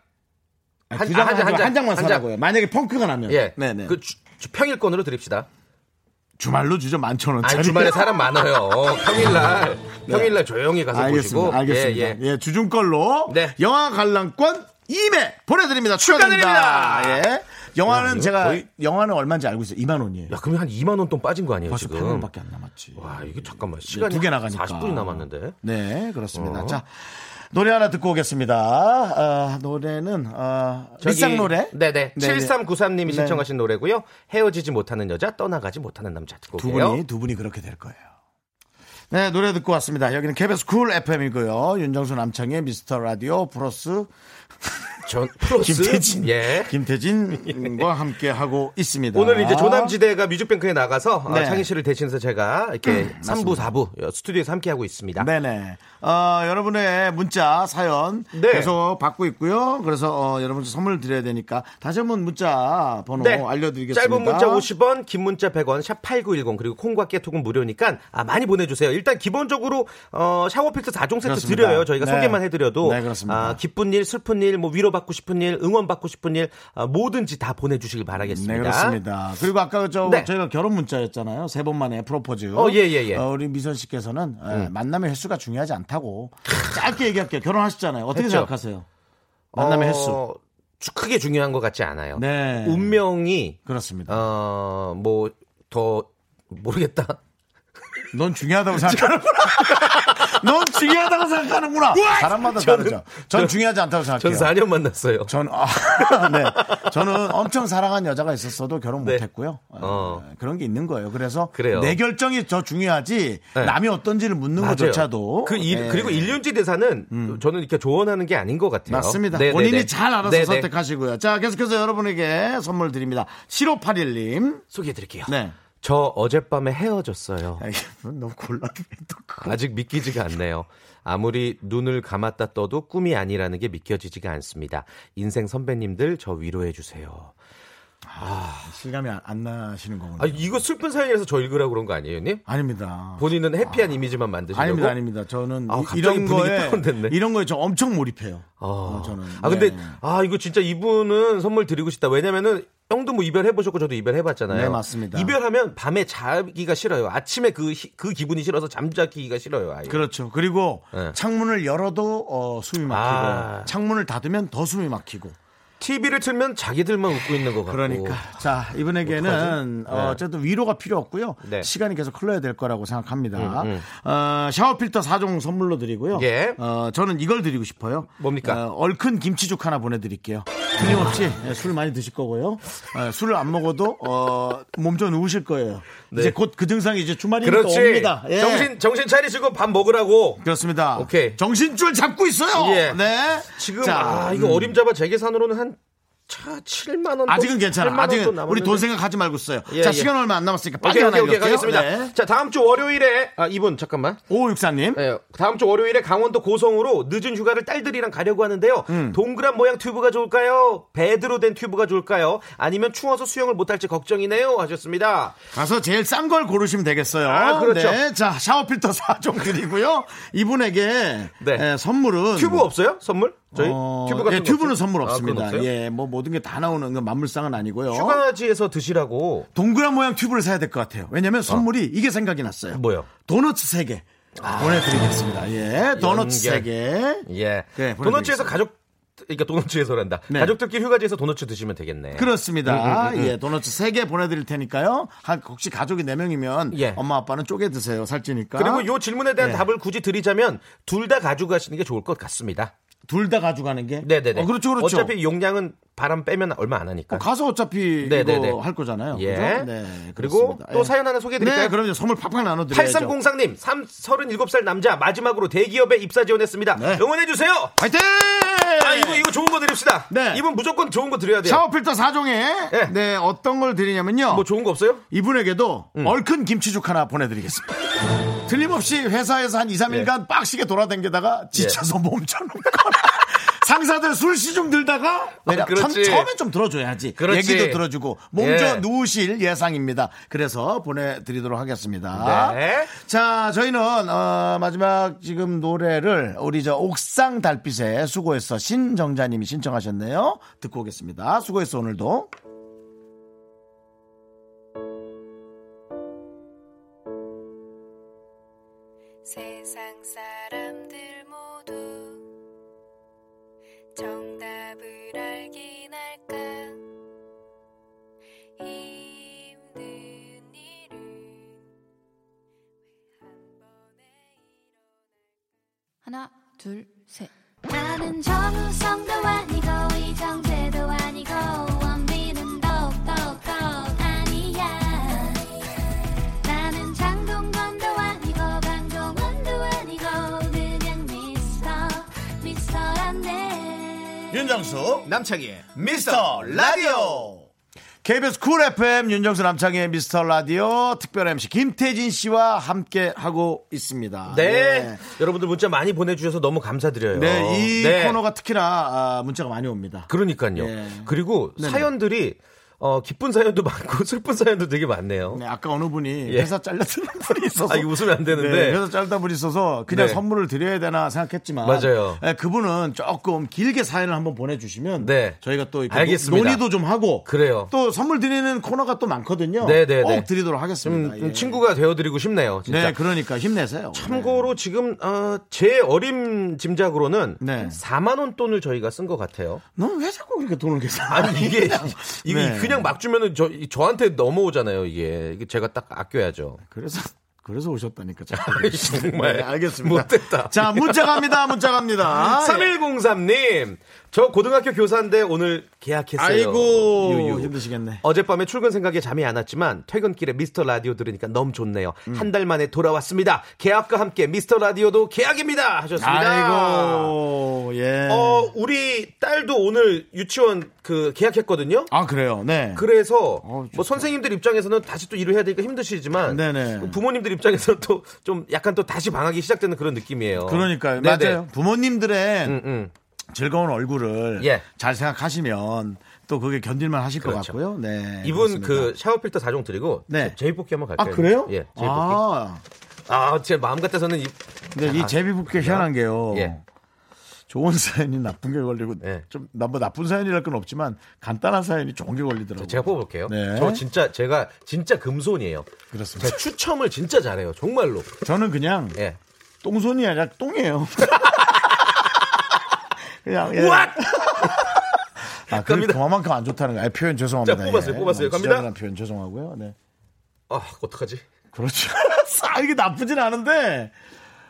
아니, 한- 두 장, 아, 한 장, 한, 장, 한 만 장. 사라고요. 만약에 펑크가 나면. 예. 네네. 그 주- 주- 평일권으로 드립시다. 주말로 주죠 만천 원짜리. 아니, 주말에 사람 많아요. 평일날, 평일날 조용히 가서 알겠습니다. 보시고. 예. 네. 알겠습니다. 예, 주중 걸로 영화 관람권 2매 보내드립니다. 축하드립니다. 예. 영화는 제가 영화는 얼마인지 알고 있어요. 2만 원이에요. 야, 그러면 한 2만 원 돈 빠진 거 아니에요, 벌써 지금? 8원밖에 안 남았지. 와, 이게 잠깐만. 시간이 네, 두개 나가니까. 40분이 남았는데. 네, 그렇습니다. 어. 자, 노래 하나 듣고 오겠습니다. 아, 노래는 아, 밑상 노래? 네네. 7393님이 네. 신청하신 노래고요. 헤어지지 못하는 여자, 떠나가지 못하는 남자 듣고 두 올게요. 분이 두 분이 그렇게 될 거예요. 네, 노래 듣고 왔습니다. 여기는 KBS 쿨 FM이고요. 윤정수 남창의 미스터 라디오 플러스 전 플러스 김태진 예. 김태진과 함께 하고 있습니다. 오늘 이제 조남지대가 뮤직뱅크에 나가서 아, 아. 네. 창희 씨를 대신해서 제가 이렇게 음, 3부, 4부 스튜디오에서 함께 하고 있습니다. 네네. 어, 여러분의 문자 사연 네. 계속 받고 있고요. 그래서 어, 여러분 선물 드려야 되니까 다시 한번 문자 번호 어, 알려드리겠습니다. 네. 짧은 문자 50원, 긴 문자 100원, 샵 8910 그리고 콩과 깨톡은 무료니까 아, 많이 보내주세요. 일단 기본적으로 어, 샤워 필터 4종 세트 그렇습니다. 드려요. 저희가 네. 소개만 해드려도 네, 그렇습니다. 아, 기쁜 일, 슬픈 일, 뭐 위로 받고 싶은 일, 응원 받고 싶은 일 아, 뭐든지 다 보내주시길 바라겠습니다. 네, 그렇습니다. 그리고 아까 저 네. 저희가 결혼 문자였잖아요. 세 번 만에 프로포즈. 어, 예, 예, 음. 예. 어, 우리 미선 씨께서는 예, 만남의 횟수가 중요하지 않다고 짧게 얘기할게요. 결혼하셨잖아요. 어떻게 했죠. 생각하세요? 만남의 그렇죠. 어, 횟수. 주- 크게 중요한 것 같지 않아요. 네. 운명이 그렇습니다. 어, 뭐 더 모르겠다. 넌 중요하다고 생각하는구나. 넌 중요하다고 생각하는구나. 사람마다 다르죠. 전 중요하지 않다고 생각해요. 전 4년 만났어요. 전 아, 네. 저는 엄청 사랑한 여자가 있었어도 결혼 못 했고요. 어, 그런 게 있는 거예요. 그래서 네. 그래요. 내 결정이 더 중요하지 네. 남이 어떤지를 묻는 맞아요. 것조차도 그 일- 네. 음. 그리고 일륜지 대사는 저는 이렇게 조언하는 게 아닌 것 같아요. 맞습니다. 네네네. 본인이 잘 알아서 네네. 선택하시고요. 자, 계속해서 여러분에게 선물 드립니다. 7581님. 소개해드릴게요. 네. 아, 저 어젯밤에 헤어졌어요. 너무 곤란해. 그 아직 믿기지가 않네요. 아무리 눈을 감았다 떠도 꿈이 아니라는 게 믿겨지지가 않습니다. 인생 선배님들 저 위로해 주세요. 실감이 안, 안 나시는 거군요. 아 이거 슬픈 사연이라서 저 읽으라고 그런 거 아니에요, 님? 아닙니다. 본인은 해피한 이미지만 만드시려고. 아닙니다, 아닙니다. 저는 아, 이- 갑자기 이런 분위기 거에 다운됐네. 이런 거에 저 엄청 몰입해요. 아, 저는. 아 근데 네. 아 이거 진짜 이분은 선물 드리고 싶다. 왜냐면은 형도 뭐 이별해 보셨고 저도 이별해 봤잖아요. 네, 맞습니다. 이별하면 밤에 자기가 싫어요. 아침에 그 그 기분이 싫어서 잠자기가 싫어요. 아예. 그렇죠. 그리고 창문을 열어도 어, 숨이 막히고 네. 아. 창문을 닫으면 더 숨이 막히고. TV를 틀면 자기들만 웃고 있는 것 같고. 그러니까 자 이분에게는 어떡하지? 어, 네. 어쨌든 위로가 필요 없고요 네. 시간이 계속 흘러야 될 거라고 생각합니다 음, 어, 샤워 필터 4종 선물로 드리고요 예. 어, 저는 이걸 드리고 싶어요 뭡니까? 아. 어, 얼큰 김치죽 하나 보내드릴게요 틀림없이 예, 술 많이 드실 거고요 예, 술을 안 먹어도 어, 몸좀 누우실 거예요 네. 이제 곧 그 증상이 이제 주말이니까 그렇지. 옵니다 예. 정신 정신 차리시고 밥 먹으라고. 그렇습니다. 오케이. 정신줄 잡고 있어요. 예. 네. 지금 자, 아 이거 음. 어림잡아 제 계산으로는 한 차 7만 원. 아직은 괜찮아. 아직은 우리 돈 생 생각하지 말고 써요. 예, 자, 예. 시간 얼마 안 남았으니까 빨리 오케이, 하나 오케이, 오케이, 읽을게요. 가겠습니다. 네. 자, 다음 주 월요일에, 아, 이분, 잠깐만. 예, 5564님. 네. 다음 주 월요일에 강원도 고성으로 늦은 휴가를 딸들이랑 가려고 하는데요. 음. 동그란 모양 튜브가 좋을까요? 배드로 된 튜브가 좋을까요? 아니면 추워서 수영을 못할지 걱정이네요. 하셨습니다. 가서 제일 싼 걸 고르시면 되겠어요. 아, 그렇죠. 네. 자, 샤워 필터 4종 드리고요. 이분에게 예, 선물은 네. 튜브 없어요? 선물? 저희? 어, 튜브 같은 예, 거 튜브는 없어요? 선물 아, 그건 없습니다. 없어요? 예, 뭐 모든 게 다 나오는 건 만물상은 아니고요. 휴가지에서 드시라고. 동그란 모양 튜브를 사야 될 것 같아요. 왜냐면 선물이 이게 생각이 났어요. 뭐요? 아. 도넛 3개 보내드리겠습니다. 예, 도넛 연결. 3개. 예. 네, 도너츠에서 가족, 그러니까 도너츠에서란다. 네. 그렇죠. 가족들끼리 휴가지에서 도너츠 드시면 되겠네. 그렇습니다. 음, 음, 음, 음. 예, 도넛 3개 보내드릴 테니까요. 한, 혹시 가족이 4명이면 예. 엄마 아빠는 쪼개 드세요. 살찌니까. 그리고 요 질문에 대한 네. 답을 굳이 드리자면 둘 다 가져가시는 게 좋을 것 같습니다. 둘 다 가져가는 게? 네네네. 어, 그렇죠, 그렇죠. 어차피 용량은 바람 빼면 얼마 안 하니까. 어, 가서 어차피 네네네. 이거 할 거잖아요. 예. 그죠? 네. 그리고 그렇습니다. 또 예. 사연 하나 소개해드릴까요? 네, 그럼요. 선물 팍팍 나눠드려요. 8303님, 3, 37살 남자, 마지막으로 대기업에 입사 지원했습니다. 네. 응원해주세요! 화이팅! 아, 이거, 이거 좋은 거 드립시다. 네. 이분 무조건 좋은 거 드려야 돼요. 샤워 필터 4종에 예. 네. 어떤 걸 드리냐면요. 뭐 좋은 거 없어요? 이분에게도 음. 얼큰 김치죽 하나 보내드리겠습니다. 틀림없이 회사에서 한 2, 3일간 예. 빡시게 돌아다니다가 지쳐서 몸쳐놓거나 상사들 술시 좀 들다가 내려. 처, 네, 그렇지. 처음엔 좀 들어줘야지. 그렇지. 얘기도 들어주고 몸져 예. 누우실 예상입니다. 그래서 보내드리도록 하겠습니다. 네. 자, 저희는 어, 마지막 지금 노래를 우리 저 옥상 달빛에 수고했어 신정자님이 신청하셨네요. 듣고 오겠습니다. 수고했어 오늘도. 세상 사람들 모두 정답을 하나, 둘, 셋. 나는 정우성도 아니고 이정재도 아니고 원빈은 더욱더 아니야 나는 장동건도 아니고 강동원도 아니고 그냥 미스터 미스터란데 윤정수 남창희의 미스터 라디오 KBS 쿨 FM 윤정수 남창희의 미스터 라디오 특별 MC 김태진 씨와 함께 하고 있습니다. 예. 네. 여러분들 문자 많이 보내주셔서 너무 감사드려요. 네, 이 네. 코너가 특히나 아, 문자가 많이 옵니다. 그러니까요. 예. 그리고 네네. 사연들이 어, 기쁜 사연도 많고 슬픈 사연도 되게 많네요. 네, 아까 어느 분이 예. 회사 잘렸던 분이 있어서 아, 이거 웃으면 안 되는데. 네, 회사 잘렸던 분이 있어서 그냥 네. 선물을 드려야 되나 생각했지만 맞아요. 예, 그분은 조금 길게 사연을 한번 보내주시면 저희가 또 이렇게 네. 알겠습니다. 논의도 좀 하고 그래요. 또 선물 드리는 코너가 또 많거든요. 네네네. 꼭 드리도록 하겠습니다. 음, 예. 음, 친구가 되어드리고 싶네요. 진짜. 네, 그러니까 힘내세요. 네. 참고로 지금 어, 제 어림 짐작으로는 4만 원 돈을 저희가 쓴 것 같아요. 네. 너는 왜 자꾸 그렇게 돈을 계산? 아니 이게 이게 네. 그냥 막 주면은 저 이- 저한테 넘어오잖아요. 이게 이게 제가 딱 아껴야죠. 그래서 그래서 오셨다니까. 자꾸. 정말 네, 알겠습니다. 못됐다. 자, 문자 갑니다. 문자 갑니다. 3103님, 저 고등학교 교사인데 오늘 계약했어요. 아이고, 유유. 힘드시겠네. 어젯밤에 출근 생각에 잠이 안 왔지만 퇴근길에 미스터 라디오 들으니까 너무 좋네요. 음. 한 달 만에 돌아왔습니다. 계약과 함께 미스터 라디오도 계약입니다. 하셨습니다. 아이고, 예. 어, 우리 딸도 오늘 유치원 그 계약했거든요. 아, 그래요? 네. 그래서 뭐 선생님들 입장에서는 다시 또 일을 해야 되니까 힘드시지만 네, 부모님들 입장에서는 또 좀 약간 또 다시 방학이 시작되는 그런 느낌이에요. 그러니까요. 네네. 음. 맞아요. 부모님들의 즐거운 얼굴을 잘 생각하시면 또 그게 견딜만 하실 예. 그렇죠. 것 같고요. 네. 이분 그렇습니다. 그 샤워 필터 4종 드리고 네. 제이뽑기 한번 아, 갈까요? 그래요? 예. 제이뽑기. 아, 아. 제 마음 같아서는 이 근데 이 아, 제비붓기 희한한 게요. 예. 좋은 사연이 나쁜 게 걸리고 좀 나뭐 나쁜 사연이랄 건 없지만 간단한 사연이 좋은 게 걸리더라고요. 제가 뽑아볼게요. 네. 저 진짜 제가 진짜 금손이에요. 그렇습니다. 제가 추첨을 진짜 잘해요. 정말로. 예. 저는 그냥 똥손이 아니라 똥이에요. 그냥 예. What? 아, 그 그만큼 안 좋다는 거예요. 표현 죄송합니다. 자, 뽑았어요, 예. 뽑았어요. 갑니다. 지저분한 표현 죄송하고요. 네. 아 어떡하지? 그렇죠. 아, 이게 나쁘진 않은데.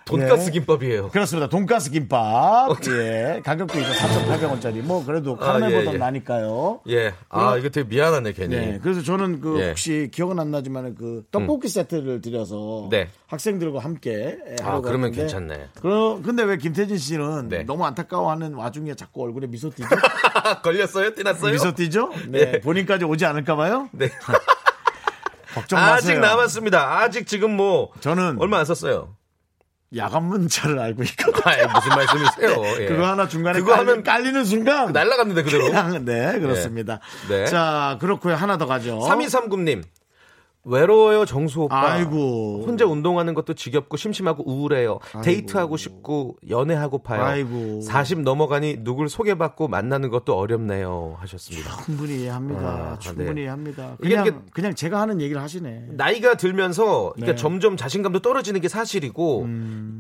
돈가스 예. 김밥이에요. 그렇습니다. 돈가스 김밥. 예. 가격도 이제 4,800원짜리. 뭐, 그래도 아, 카멜보다 예, 예. 나니까요. 예. 아 이거 되게 미안하네 괜히. 네, 그래서 저는 그 예. 음. 혹시 기억은 안 나지만 그 떡볶이 세트를 드려서 네. 학생들과 함께 예, 아 하려고 그러면 하는데 괜찮네. 네. 그럼 근데 왜 김태진 씨는 너무 안타까워하는 와중에 자꾸 얼굴에 미소 띠죠? 걸렸어요? 떼놨어요? 예. 미소 띠죠? 네, 본인까지 오지 않을까봐요. 네. 걱정 아직 마세요. 남았습니다. 아직 지금 뭐 저는 얼마 안 썼어요. 야간 문자를 알고 있거든요. 네, 아, 무슨 말씀이세요? 예. 그거 하나 중간에 그거 깔리, 하면 깔리는 순간 날라갑니다 그대로. 그냥, 네, 그렇습니다. 네. 자, 그렇고요. 하나 더 가죠. 3239님. 외로워요, 정수 오빠. 어? 아이고. 혼자 운동하는 것도 지겹고 심심하고 우울해요. 데이트하고 싶고 연애하고파요. 아이고. 40 넘어가니 누굴 소개받고 만나는 것도 어렵네요. 하셨습니다. 충분히 이해합니다. 아, 충분히 네. 이해합니다. 이게 그냥 이렇게- 그냥 제가 하는 얘기를 하시네. 나이가 들면서 그러니까 네. 음. 점점 자신감도 떨어지는 게 사실이고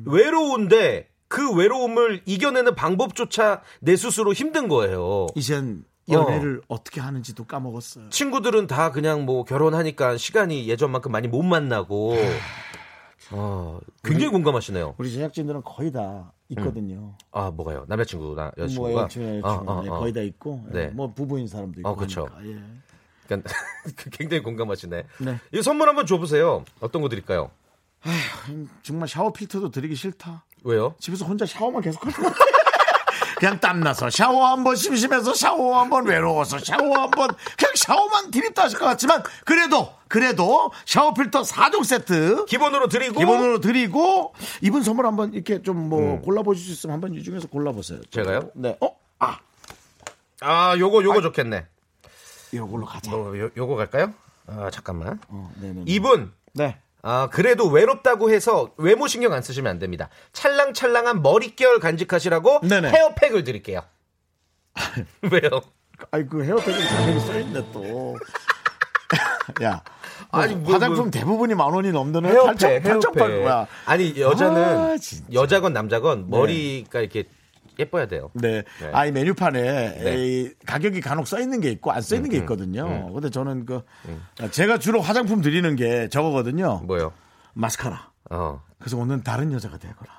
외로운데 그 외로움을 이겨내는 방법조차 내 스스로 힘든 거예요. 이젠 연애를 어. 떻게 하는지도 까먹었어요. 친구들은 다 그냥 뭐 결혼하니까 시간이 예전만큼 많이 못 만나고 어, 굉장히 공감하시네요. 우리 제작진들은 거의 다 있거든요. 아 뭐가요? 뭐 남자친구나 음. 여자친구가 여자친구, 여자친구 아, 아, 네, 아. 거의 다 있고 네. 예, 뭐 부부인 사람도 있고 어, 그쵸. 하니까, 예. 그러니까 굉장히 공감하시네. 네. 이 선물 한번 줘보세요. 어떤 거 드릴까요? 아휴, 정말 샤워 필터도 드리기 싫다. 왜요? 집에서 혼자 샤워만 계속 하는 것 같아. 그냥 땀나서 샤워 한 번 심심해서 샤워 한 번 외로워서 샤워 한 번 그냥 샤워만 드립다 하실 것 같지만 그래도 그래도 샤워 필터 4종 세트 기본으로 드리고 기본으로 드리고 이분 선물 한번 이렇게 좀 뭐 골라보실 수 있으면 한번 이 중에서 골라보세요. 음. 제가요? 네. 어? 아. 아 요거 요거 좋겠네. 요걸로 가자. 어, 요, 요거 갈까요? 아 잠깐만. 네네. 뭐, 이분. 네. 아 그래도 외롭다고 해서 외모 신경 안 쓰시면 안 됩니다. 찰랑찰랑한 머릿결 간직하시라고 네네. 헤어팩을 드릴게요. 왜요? 아이 그 헤어팩이 가격이 써있네 또. 야. 뭐 아니, 뭐, 화장품 뭐. 대부분이 만 원이 넘는 헤어팩, 8 헤어팩. 8 뭐야. 아니 여자는 아, 여자건 남자건 머리가 이렇게 예뻐야 돼요. 네. 네. 아이 메뉴판에 네. 음, 이 가격이 간혹 써 있는 게 있고 안 써 있는 게 있거든요. 근데 저는 그 제가 주로 화장품 드리는 게 저거거든요. 뭐요? 마스카라. 어. 그래서 오늘 은 다른 여자가 되거라.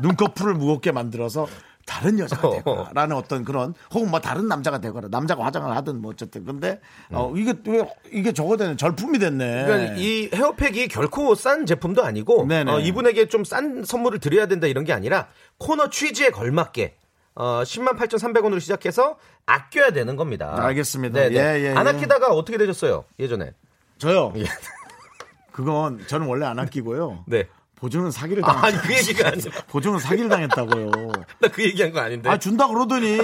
눈꺼풀을 무겁게 만들어서 다른 여자가 되거나라는 어떤 그런 혹은 뭐 다른 남자가 되거나 남자가 화장을 하든 뭐 어쨌든 근데 어, 이게 왜 이게 저거 되는 절품이 됐네. 음. 네, 그러니까 이 헤어팩이 결코 싼 제품도 아니고 어, 이분에게 좀 싼 선물을 드려야 된다 이런 게 아니라 코너 취지에 걸맞게 어, 10만 8,300원으로 시작해서 아껴야 되는 겁니다. 알겠습니다. 네네. 예, 예, 안 예. 아끼다가 어떻게 되셨어요? 예전에. 저요. 그건 저는 원래 안 아끼고요. 네. 보증은 사기를 아, 당했어요. 아니, 그 얘기가 아니라. 보증은 사기를 당했다고요. 나 그 얘기한 거 아닌데. 아 준다 그러더니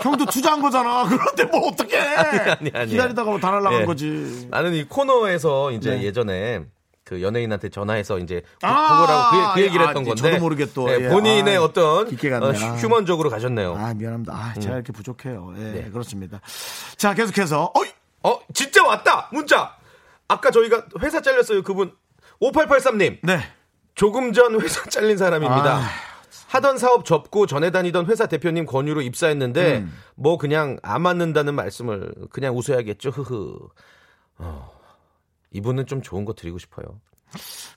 형도 투자한 거잖아. 그런데 뭘 어떻게? 아니, 아니, 아니. 기다리다가 뭐다 날라간 예. 거지. 나는 이 코너에서 이제 네. 예전에 그 연예인한테 전화해서 이제 그- 아, 그거라고 그, 그 얘기를 아, 했던 예, 건데 저도 모르게 또, 예, 예. 본인의 아, 어떤 깊게 어, 갔네. 아. 휴먼적으로 가셨네요. 아 미안합니다. 아 제가 어. 음. 이렇게 부족해요. 예, 네. 그렇습니다. 자 계속해서 어이 어 진짜 왔다 문자. 아까 저희가 회사 잘렸어요 그분 5883님. 네. 조금 전 회사 잘린 사람입니다. 아휴, 하던 사업 접고 전에 다니던 회사 대표님 권유로 입사했는데 음. 뭐 그냥 안 맞는다는 말씀을 그냥 웃어야겠죠. 흐흐. 어, 이분은 좀 좋은 거 드리고 싶어요.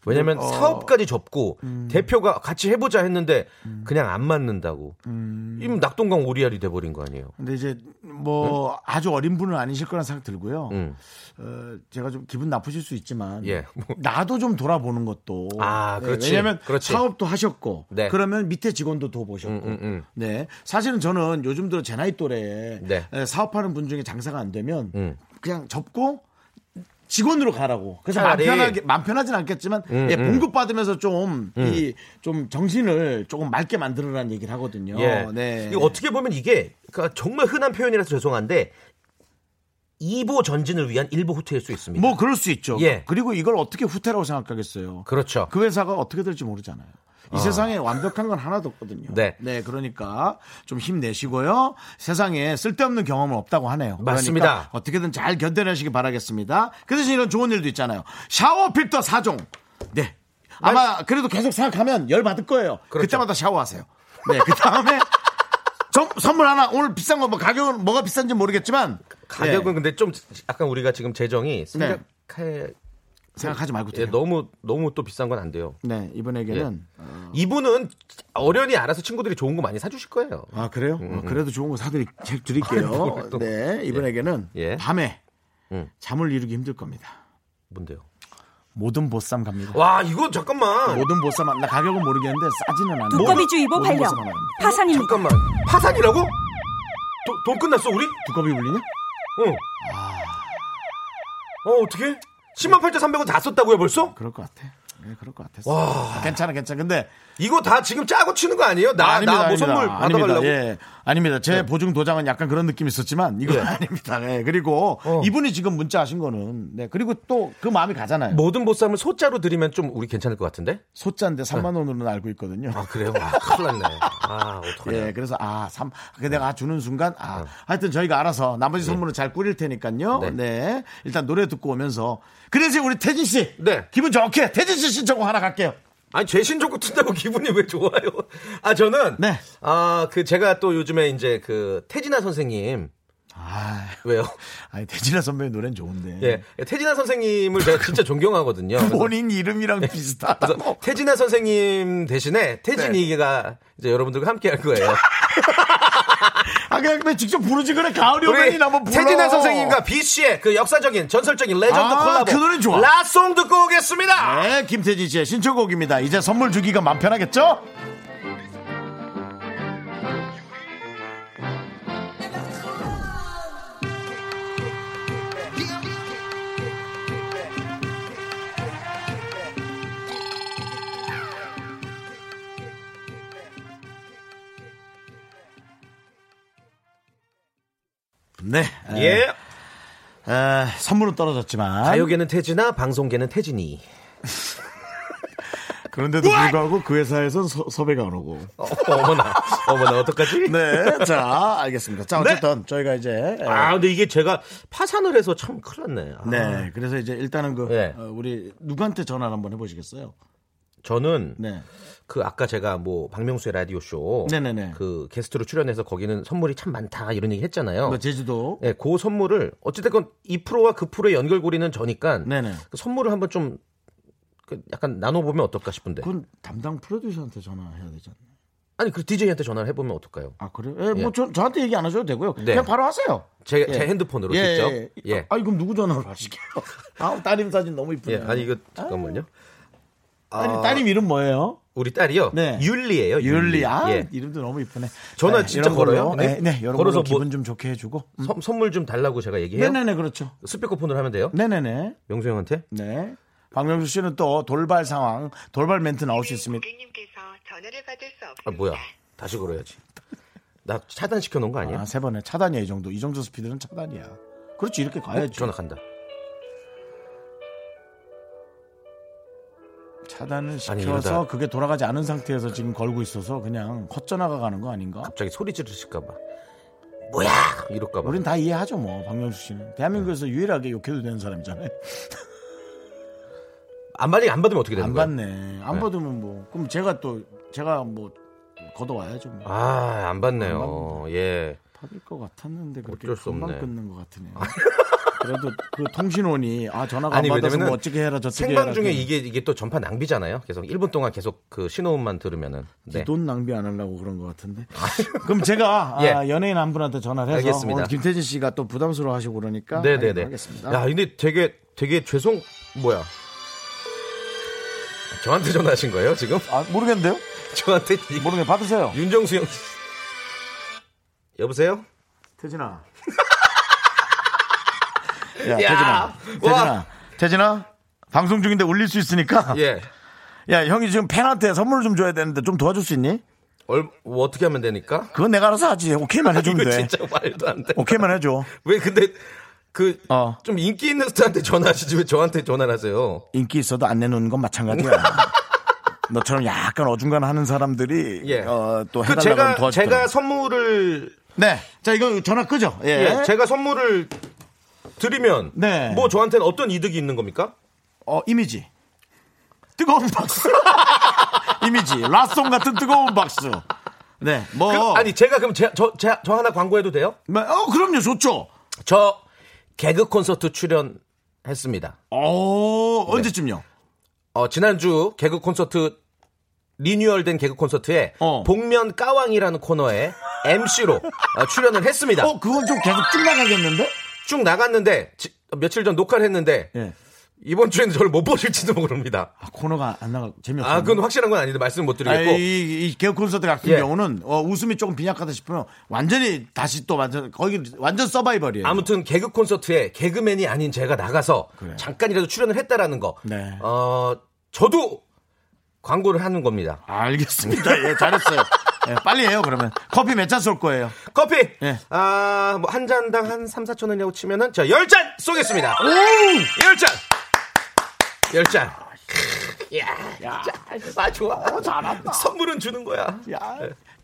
왜냐면 어. 사업까지 접고 대표가 같이 해보자 했는데 그냥 안 맞는다고. 이면 낙동강 오리알이 돼버린 거 아니에요. 네? 근데 이제 뭐 아주 어린 분은 아니실 거란 생각 들고요. 음. 어, 제가 좀 기분 나쁘실 수 있지만 예. 나도 좀 돌아보는 것도 아, 네, 그렇지. 왜냐하면 그렇지. 사업도 하셨고 네. 음, 그러면 밑에 직원도 도보셨고 네 사실은 저는 요즘 들어 제 나이 또래에 네. 에, 사업하는 분 중에 장사가 안 되면 음. 그냥 접고 직원으로 가라고. 그래서 마음 차라리. 편하게 마음 편하진 않겠지만 음, 예, 음. 봉급 받으면서 좀 이 좀 음. 정신을 조금 맑게 만들어라는 얘기를 하거든요. 예. 네. 이거 어떻게 보면 이게 그러니까 정말 흔한 표현이라서 죄송한데 2보 전진을 위한 1보 후퇴일 수 있습니다. 뭐 그럴 수 있죠. 예. 그리고 이걸 어떻게 후퇴라고 생각하겠어요. 그렇죠. 그 회사가 어떻게 될지 모르잖아요. 이 어. 세상에 완벽한 건 하나도 없거든요. 네. 그러니까 좀 힘내시고요. 세상에 쓸데없는 경험은 없다고 하네요. 그러니까 맞습니다. 어떻게든 잘 견뎌내시기 바라겠습니다. 그 대신 이런 좋은 일도 있잖아요. 샤워 필터 4종. 네. 아마 그래도 계속 생각하면 열 받을 거예요. 그렇죠. 그때마다 샤워하세요. 네. 그 다음에 선물 하나 오늘 비싼 거 뭐 가격은 뭐가 비싼지 모르겠지만 가격은 예. 근데 좀 약간 우리가 지금 재정이 생각해 생각하지 말고 예, 너무 너무 또 비싼 건 안 돼요. 네 이분에게는 예. 이분은 어련히 알아서 친구들이 좋은 거 많이 사주실 거예요. 아 그래요? 아, 그래도 좋은 거 사드릴게요. 음, 아니, 뭘 또. 예. 네 이분에게는 밤에 음. 잠을 이루기 힘들 겁니다. 뭔데요? 모든 보쌈 갑니다. 와 이거 잠깐만. 모든 보쌈 나 가격은 모르겠는데 싸지는 않아요. 두꺼비주 모든- 이보 모든 발령. 보쌈 하나. 파산입니다. 잠깐만. 파산이라고? 돈, 돈 끝났어 우리? 두꺼비 울리냐? 어. 어 어떻게? 10만 8,300원 다 썼다고요 벌써? 그럴 것 같아. 네, 그럴 것 같았어. 와. 괜찮아 괜찮아. 근데 이거 다 지금 짜고 치는 거 아니에요? 나 나 아닙니다, 뭐 아닙니다. 선물 아닙니다. 받아가려고? 네. 예. 아닙니다. 제 보증 도장은 약간 그런 느낌이 있었지만 이건 예. 아닙니다. 네, 그리고 어. 이분이 지금 문자하신 거는 네 그리고 또 그 마음이 가잖아요. 모든 보쌈을 소자로 드리면 좀 우리 괜찮을 것 같은데? 소자인데 3만 원으로는 알고 있거든요. 네. 아 그래요? 아 큰일 났네. 아 어떡하냐. 예, 그래서 아, 삼, 그 네. 내가 주는 순간 아, 하여튼 저희가 알아서 나머지 선물은 잘 꾸릴 테니까요. 네. 일단 노래 듣고 오면서 그래서 우리 태진 씨, 네, 기분 좋게 태진 씨 신청곡 하나 갈게요. 아니 죄 신조고 튼다고 기분이 왜 좋아요? 아 저는 네. 아그 제가 또 요즘에 이제 그 태진아 선생님 왜요? 아니 태진아 선배의 노래는 좋은데 예 태진아 선생님을 제가 진짜 존경하거든요. 본인 네. 이름이랑 비슷하다고. 태진아 선생님 대신에 태진이가 이제 여러분들과 함께 할 거예요. 아 그냥 왜 직접 부르지 그래 가을이 오면이 한번 불러. 태진아 선생님과 B 씨의 그 역사적인 전설적인 레전드 아, 콜라보 그 노래 좋아. 라송 듣고 오겠습니다. 네, 김태진 씨의 신청곡입니다. 이제 선물 주기가 맘 편하겠죠? 네. 에, 예. 에, 선물은 떨어졌지만 가요계는 태진아, 방송계는 태진이. 그런데도 불구하고 그 회사에선 서, 섭외가 안 오고. 어머나, 어머나, 어떡하지? 네, 자, 알겠습니다. 자, 네. 어쨌든 저희가 이제. 예. 에, 아, 근데 이게 제가 파산을 해서 참 큰일 났네. 아. 네, 그래서 이제 일단은 그, 네. 어, 우리 누구한테 전화를 한번 해보시겠어요? 저는 네. 그 아까 제가 뭐 박명수의 라디오 쇼 네네네. 그 게스트로 출연해서 거기는 선물이 참 많다 이런 얘기 했잖아요. 뭐 제주도. 네, 그 선물을 어찌됐건 이 프로와 그 프로의 연결고리는 저니까 그 선물을 한번 좀그 약간 나눠보면 어떨까 싶은데. 그건 담당 프로듀서한테 전화해야 되지 않나요? 아니 그 DJ한테 전화를 해보면 어떨까요? 아 그래요? 예, 뭐 저, 저한테 얘기 안 하셔도 되고요. 네. 그냥 바로 하세요. 제, 예. 제 핸드폰으로 예, 직접. 예, 예. 예. 아니 그럼 누구 전화로 하시게요? 아 따님 사진 너무 예, 이쁘네요. 아니 이거 잠깐만요. 따님, 따님 이름 뭐예요? 네. 우리 딸이요. 율리예요. 율리. 율리. 아, 예. 이름도 너무 이쁘네. 전화 네, 진짜 이런 걸로, 걸어요. 네, 네, 여러 걸로 걸어서 기분 뭐 좀 좋게 해주고. 선- 선물 좀 달라고 제가 얘기해요. 아. 네네네 그렇죠. 스피커폰으로 하면 돼요. 네네네. 명수 형한테. 네. 박명수 씨는 또 돌발 상황, 돌발 멘트 나올 수 있습니다. 아 뭐야? 다시 걸어야지. 나 차단 시켜 놓은 거 아니야? 어? 아, 세 번에 차단이야 이 정도. 이 정도 스피드는 차단이야. 그렇지 이렇게 어, 가야지. 전화 간다. 차단을 아니, 시켜서 이러다- 그게 돌아가지 않은 상태에서 지금 걸고 있어서 그냥 헛전화가 가는 거 아닌가? 갑자기 소리 지르실까 봐. 뭐야? 이럴까 봐. 우린 다 이해하죠 뭐 박명수 씨는 대한민국에서 네. 유일하게 욕해도 되는 사람이잖아요. 안 받이 안 받으면 어떻게 되는 안 거야? 받네. 안 네. 받으면 뭐 그럼 제가 또 제가 뭐 걷어와야죠. 뭐. 아, 안 받네요. 받는다. 예. 받을 것 같았는데 그렇게 어쩔 수 금방 없네. 아. 끊는 것 같으네요. 그래도 그 통신원이 아 전화가 안 아니 받아서 왜냐면 뭐 어떻게 해라 저떻게 해라 생방 중에 그냥 이게 이게 또 전파 낭비잖아요. 계속 1분 동안 계속 그 신호음만 들으면은 네. 돈 낭비 안 하려고 그런 것 같은데. 그럼 제가 아, 아, 예. 연예인 한 분한테 전화를 해서 알겠습니다. 오늘 김태진 씨가 또 부담스러워하시고 그러니까 네, 네, 네. 알겠습니다. 야, 근데 되게 되게 죄송 뭐야? 저한테 전화하신 거예요, 지금? 아, 모르겠는데요? 저한테 모르겠 받으세요. 윤정수 형. 여보세요? 태진아. 야. 야, 태진아. 태진아. 와. 태진아. 방송 중인데 울릴 수 있으니까. 예. 야, 형이 지금 팬한테 선물을 좀 줘야 되는데 좀 도와줄 수 있니? 얼, 뭐 어떻게 하면 되니까? 그건 내가 알아서 하지. 오케이만 해주면 이거 돼. 진짜 말도 안 돼. 오케이만 해줘. 왜 근데 그 좀 어. 인기 있는 스타한테 전화하시지 왜 저한테 전화를 하세요? 인기 있어도 안 내놓는 건 마찬가지야. 너처럼 약간 어중간하는 사람들이 예. 어, 또 그 해달라고 제가 하면 도와줄 제가 거야. 선물을 네. 자, 이거 전화 끄죠. 예. 예, 제가 선물을 드리면 네. 뭐 저한테는 어떤 이득이 있는 겁니까? 어, 이미지. 뜨거운 박수. 이미지. 라송 같은 뜨거운 박수. 네. 뭐 아니 제가 그럼 제, 저, 제- 저 하나 광고해도 돼요? 어 그럼요 좋죠. 저 개그 콘서트 출연했습니다. 네. 어 언제쯤요? 어 지난주 개그 콘서트 리뉴얼된 개그 콘서트에 복면 까왕이라는 코너에 MC로 어, 출연을 했습니다. 어 그건 좀 계속 쭉 나가겠는데? 쭉 나갔는데 지- 며칠 전 녹화를 했는데 이번 주에는 저를 못 보실지도 모릅니다. 예. 아, 코너가 안 나가 재미없어. 아 그건 확실한 건 아닌데 말씀 못 드리겠고 이, 이 개그 콘서트 같은 예. 경우는 어, 웃음이 조금 빈약하다 싶으면 완전히 다시 또 완전 거기 완전 서바이벌이에요. 아무튼 개그 콘서트에 개그맨이 아닌 제가 나가서 잠깐이라도 출연을 했다라는 거. 네. 어, 저도 광고를 하는 겁니다. 알겠습니다. 예, 잘했어요. 예, 빨리 해요 그러면 커피 몇 잔 쏠 거예요. 커피. 아, 뭐 한 잔당 한 3, 4천 원이라고 치면은 저 10잔 쏘겠습니다. 오! 10잔. 10잔. 아, 야, 어, 아 좋아. 잘한다. 선물은 주는 거야. 야.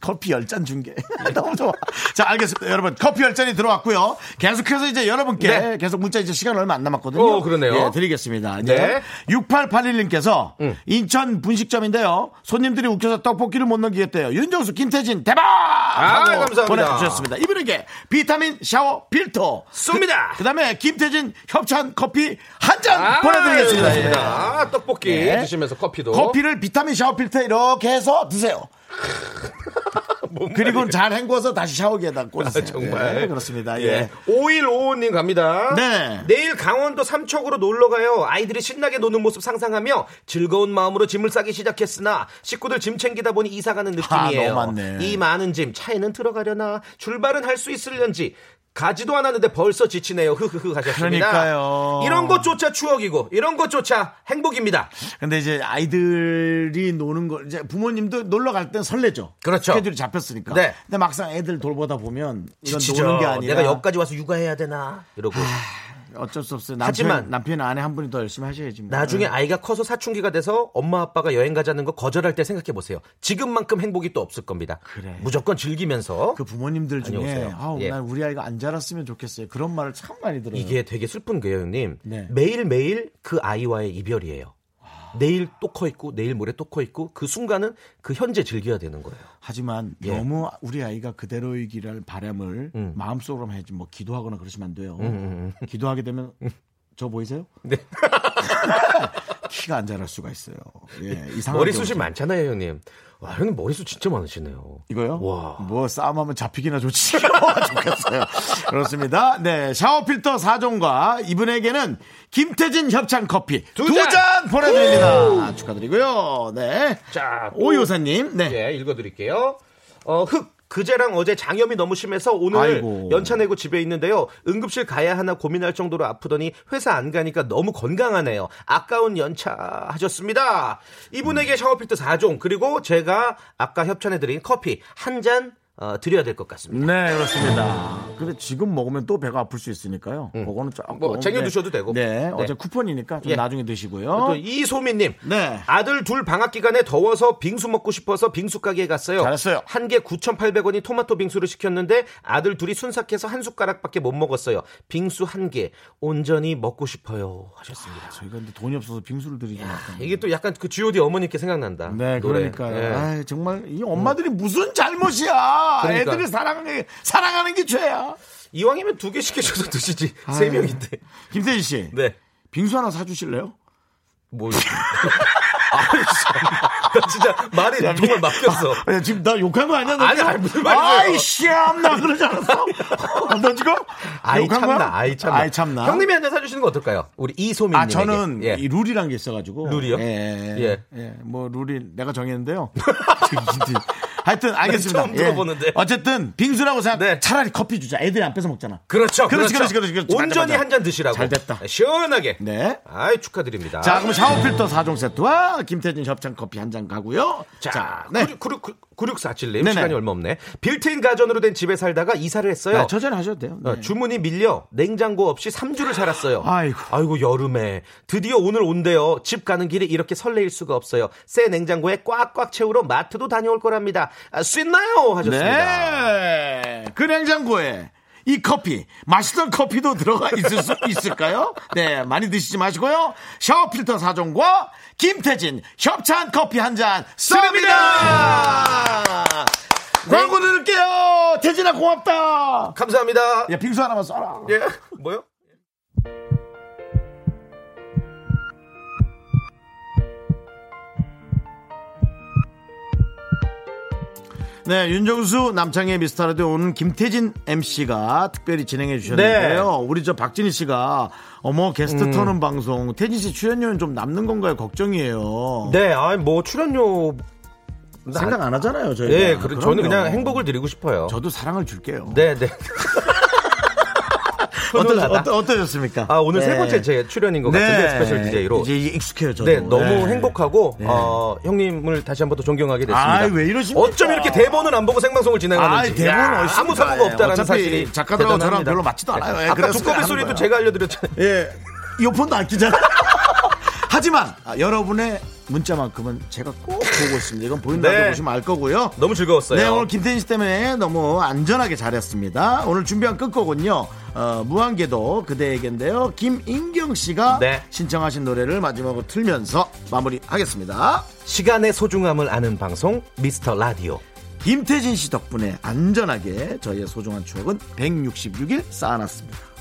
커피 열 잔 준 게 너무 좋아. 자, 알겠습니다. 여러분, 커피 열 잔이 들어왔고요. 계속해서 이제 여러분께 네. 계속 문자 이제 시간 얼마 안 남았거든요. 오, 그러네요. 예, 드리겠습니다. 이제 네. 음. 6881님께서 인천 분식점인데요. 손님들이 웃겨서 떡볶이를 못 넘기겠대요. 윤정수, 김태진, 대박! 아, 하고 감사합니다. 보내주셨습니다. 이분에게 비타민 샤워 필터 쏩니다. 그, 다음에 김태진 협찬 커피 한 잔 아, 보내드리겠습니다. 좋습니다. 예. 아, 떡볶이 예. 드시면서 커피도. 커피를 비타민 샤워 필터 이렇게 해서 드세요. 그리고 잘 헹궈서 다시 샤워기에다 꽂으세요. 아, 정말 예, 그렇습니다. 예. 5155님 갑니다. 네. 내일 강원도 삼척으로 놀러 가요. 아이들이 신나게 노는 모습 상상하며 즐거운 마음으로 짐을 싸기 시작했으나 식구들 짐 챙기다 보니 이사 가는 느낌이에요. 아, 너무 많네. 이 많은 짐 차에는 들어가려나 출발은 할 수 있을련지 가지도 않았는데 벌써 지치네요. 흐흐흐 하셨습니다. 그러니까요. 이런 것조차 추억이고 이런 것조차 행복입니다. 근데 이제 아이들이 노는 걸 이제 부모님도 놀러 갈 땐 설레죠. 그렇죠. 스케줄이 잡혔으니까. 네. 근데 막상 애들 돌보다 보면 이건 지치죠. 노는 게 아니라 내가 여기까지 와서 육아해야 되나 이러고. 어쩔 수 없어요. 하지만- 남편, 남편 아내 한 분이 더 열심히 하셔야지. 뭐. 나중에 아이가 커서 사춘기가 돼서 엄마 아빠가 여행 가자는 거 거절할 때 생각해 보세요. 지금만큼 행복이 또 없을 겁니다. 그래. 무조건 즐기면서 그 부모님들 중에 다녀오세요. 아우 예. 난 우리 아이가 안 자랐으면 좋겠어요. 그런 말을 참 많이 들어요. 네. 이게 되게 슬픈 게요, 형님. 매일 매일 그 아이와의 이별이에요. 아. 내일 또 커 있고 내일 모레 또 커 있고 그 순간은 그 현재 즐겨야 되는 거예요. 하지만 예. 너무 우리 아이가 그대로이기를 바람을 마음속으로 해야지 뭐 기도하거나 그러시면 안 돼요. 음, 음, 기도하게 되면 저 보이세요? 네. 키가 안 자랄 수가 있어요. 예, 이상한 머리숱이 경우죠. 많잖아요, 형님. 와, 형님 머리숱 진짜 많으시네요. 이거요? 뭐 싸움하면 잡히기나 좋지. 좋겠어요. 그렇습니다. 네. 샤워 필터 4종과 이분에게는 김태진 협찬 커피 두 잔 잔! 보내드립니다. 우! 축하드리고요. 네. 자, 또- 오요사님. 네. 예, 읽어드릴게요. 어, 흑. 그제랑 어제 장염이 너무 심해서 오늘 아이고. 연차 내고 집에 있는데요. 응급실 가야 하나 고민할 정도로 아프더니 회사 안 가니까 너무 건강하네요. 아까운 연차 하셨습니다. 이분에게 샤워필터 4종 그리고 제가 아까 협찬해드린 커피 한 잔 어, 드려야 될 것 같습니다. 네, 그렇습니다. 근데 지금 먹으면 또 배가 아플 수 있으니까요. 그거는 조금 뭐 쟁여 두셔도 네. 되고. 네, 네. 어제 쿠폰이니까 좀 예. 나중에 드시고요. 또 이소민님, 어? 네. 아들 둘 방학 기간에 더워서 빙수 먹고 싶어서 빙수 가게에 갔어요. 잘했어요. 한 개 9,800원이 토마토 빙수를 시켰는데 아들 둘이 순삭해서 한 숟가락밖에 못 먹었어요. 빙수 한 개 온전히 먹고 싶어요 하셨습니다. 저희가 근데 돈이 없어서 빙수를 드리지 못합니다. 이게 또 약간 그 G.O.D 어머니께 생각난다. 네, 노래. 그러니까요. 예. 아이, 정말 이 엄마들이 무슨 잘못이야. 그러니까. 애들이 사랑하는 게 사랑하는 게 죄야. 이왕이면 두 개 시켜줘서 드시지. 세 명인데. 김태진 씨. 네. 빙수 하나 사주실래요? 뭐. 아, 나 진짜 말이 정말 맡겼어. 야, 지금 나 욕한 거 아니야? 너 아니, 지금? 아니, 무슨 말이에요? 아이, 씨암, 나 그러지 않았어? 너 지금? 아이 욕한 거야? 참나, 아이 참나. 아이 참나. 형님이 한 잔 사주시는 거 어떨까요? 우리 이소민님. 아, 저는 이 룰이란 게 있어가지고. 예. 룰이요? 예. 예. 예. 예, 뭐, 룰이 내가 정했는데요. 하여튼, 알겠습니다. 처음 들어보는데. 네. 예. 어쨌든, 빙수라고 생각, 차라리 커피 주자. 애들이 안 뺏어 먹잖아. 그렇죠, 그렇지, 그렇죠. 그렇지, 그렇지. 그렇지. 온전히 한 잔 드시라고. 네. 잘 됐다. 시원하게. 네. 아이 축하드립니다. 자, 그럼 샤워필터 4종 세트와 김태진 협찬 커피 한 잔 가고요. 자, 네. 9647님 네네. 시간이 얼마 없네. 빌트인 가전으로 된 집에 살다가 이사를 했어요. 네, 저전 하셔도 돼요. 네. 어, 주문이 밀려 냉장고 없이 3주를 살았어요. 아이고. 여름에 드디어 오늘 온대요. 집 가는 길에 이렇게 설레일 수가 없어요. 새 냉장고에 꽉꽉 채우러 마트도 다녀올 거랍니다. 아, 수 있나요? 하셨습니다. 네. 그 냉장고에 이 커피, 맛있던 커피도 들어가 있을 수 있을까요? 네, 많이 드시지 마시고요. 샤워 필터 4종과 김태진 협찬 커피 한 잔 쏩니다! 광고 들을게요! 태진아 고맙다! 감사합니다. 야, 빙수 하나만 쏴라. 예, 뭐요? 네, 윤정수 남창의 미스터라디오 오늘 김태진 MC가 특별히 진행해 주셨는데요. 우리 저 박진희 씨가 어머 게스트 네. 음. 터는 방송 태진 씨 출연료는 좀 남는 건가요? 걱정이에요. 네, 아니 뭐 출연료 생각 안 하잖아요, 저희. 예, 그리고 저는 그냥 행복을 드리고 싶어요. 그렇죠. 저도 사랑을 줄게요. 네, 네. 어떠, 훈훈하다. 어떠, 어떠셨습니까? 아, 오늘 네. 세 번째 제 출연인 것 같은데 스페셜 DJ로. 이제 익숙해요, 저도. 네, 너무 네. 행복하고 네. 어, 형님을 다시 한 번 더 존경하게 됐습니다. 아이, 왜 이러십니까? 어쩜 이렇게 대본을 안 보고 생방송을 진행하는지. 아이, 대본은 야, 어디서 아무 사고가 봐요. 없다라는 어차피 사실이 작가들하고 저랑 대단합니다. 별로 맞지도 않아요. 예, 아까 그래서 두꺼비 하는 소리도 거예요. 제가 알려드렸잖아요. 예. 이어폰도 안 끼잖아. 하지만 아, 여러분의 문자만큼은 제가 꼭 보고 있습니다. 이건 보인다고 네. 보시면 알 거고요. 너무 즐거웠어요. 네, 오늘 김태진 씨 때문에 너무 안전하게 잘했습니다. 오늘 준비한 끝곡은요. 어, 무한궤도 그대에겐데요. 김인경 씨가 네. 신청하신 노래를 마지막으로 틀면서 마무리하겠습니다. 시간의 소중함을 아는 방송 미스터 라디오. 김태진 씨 덕분에 안전하게 저희의 소중한 추억은 166일 쌓아놨습니다.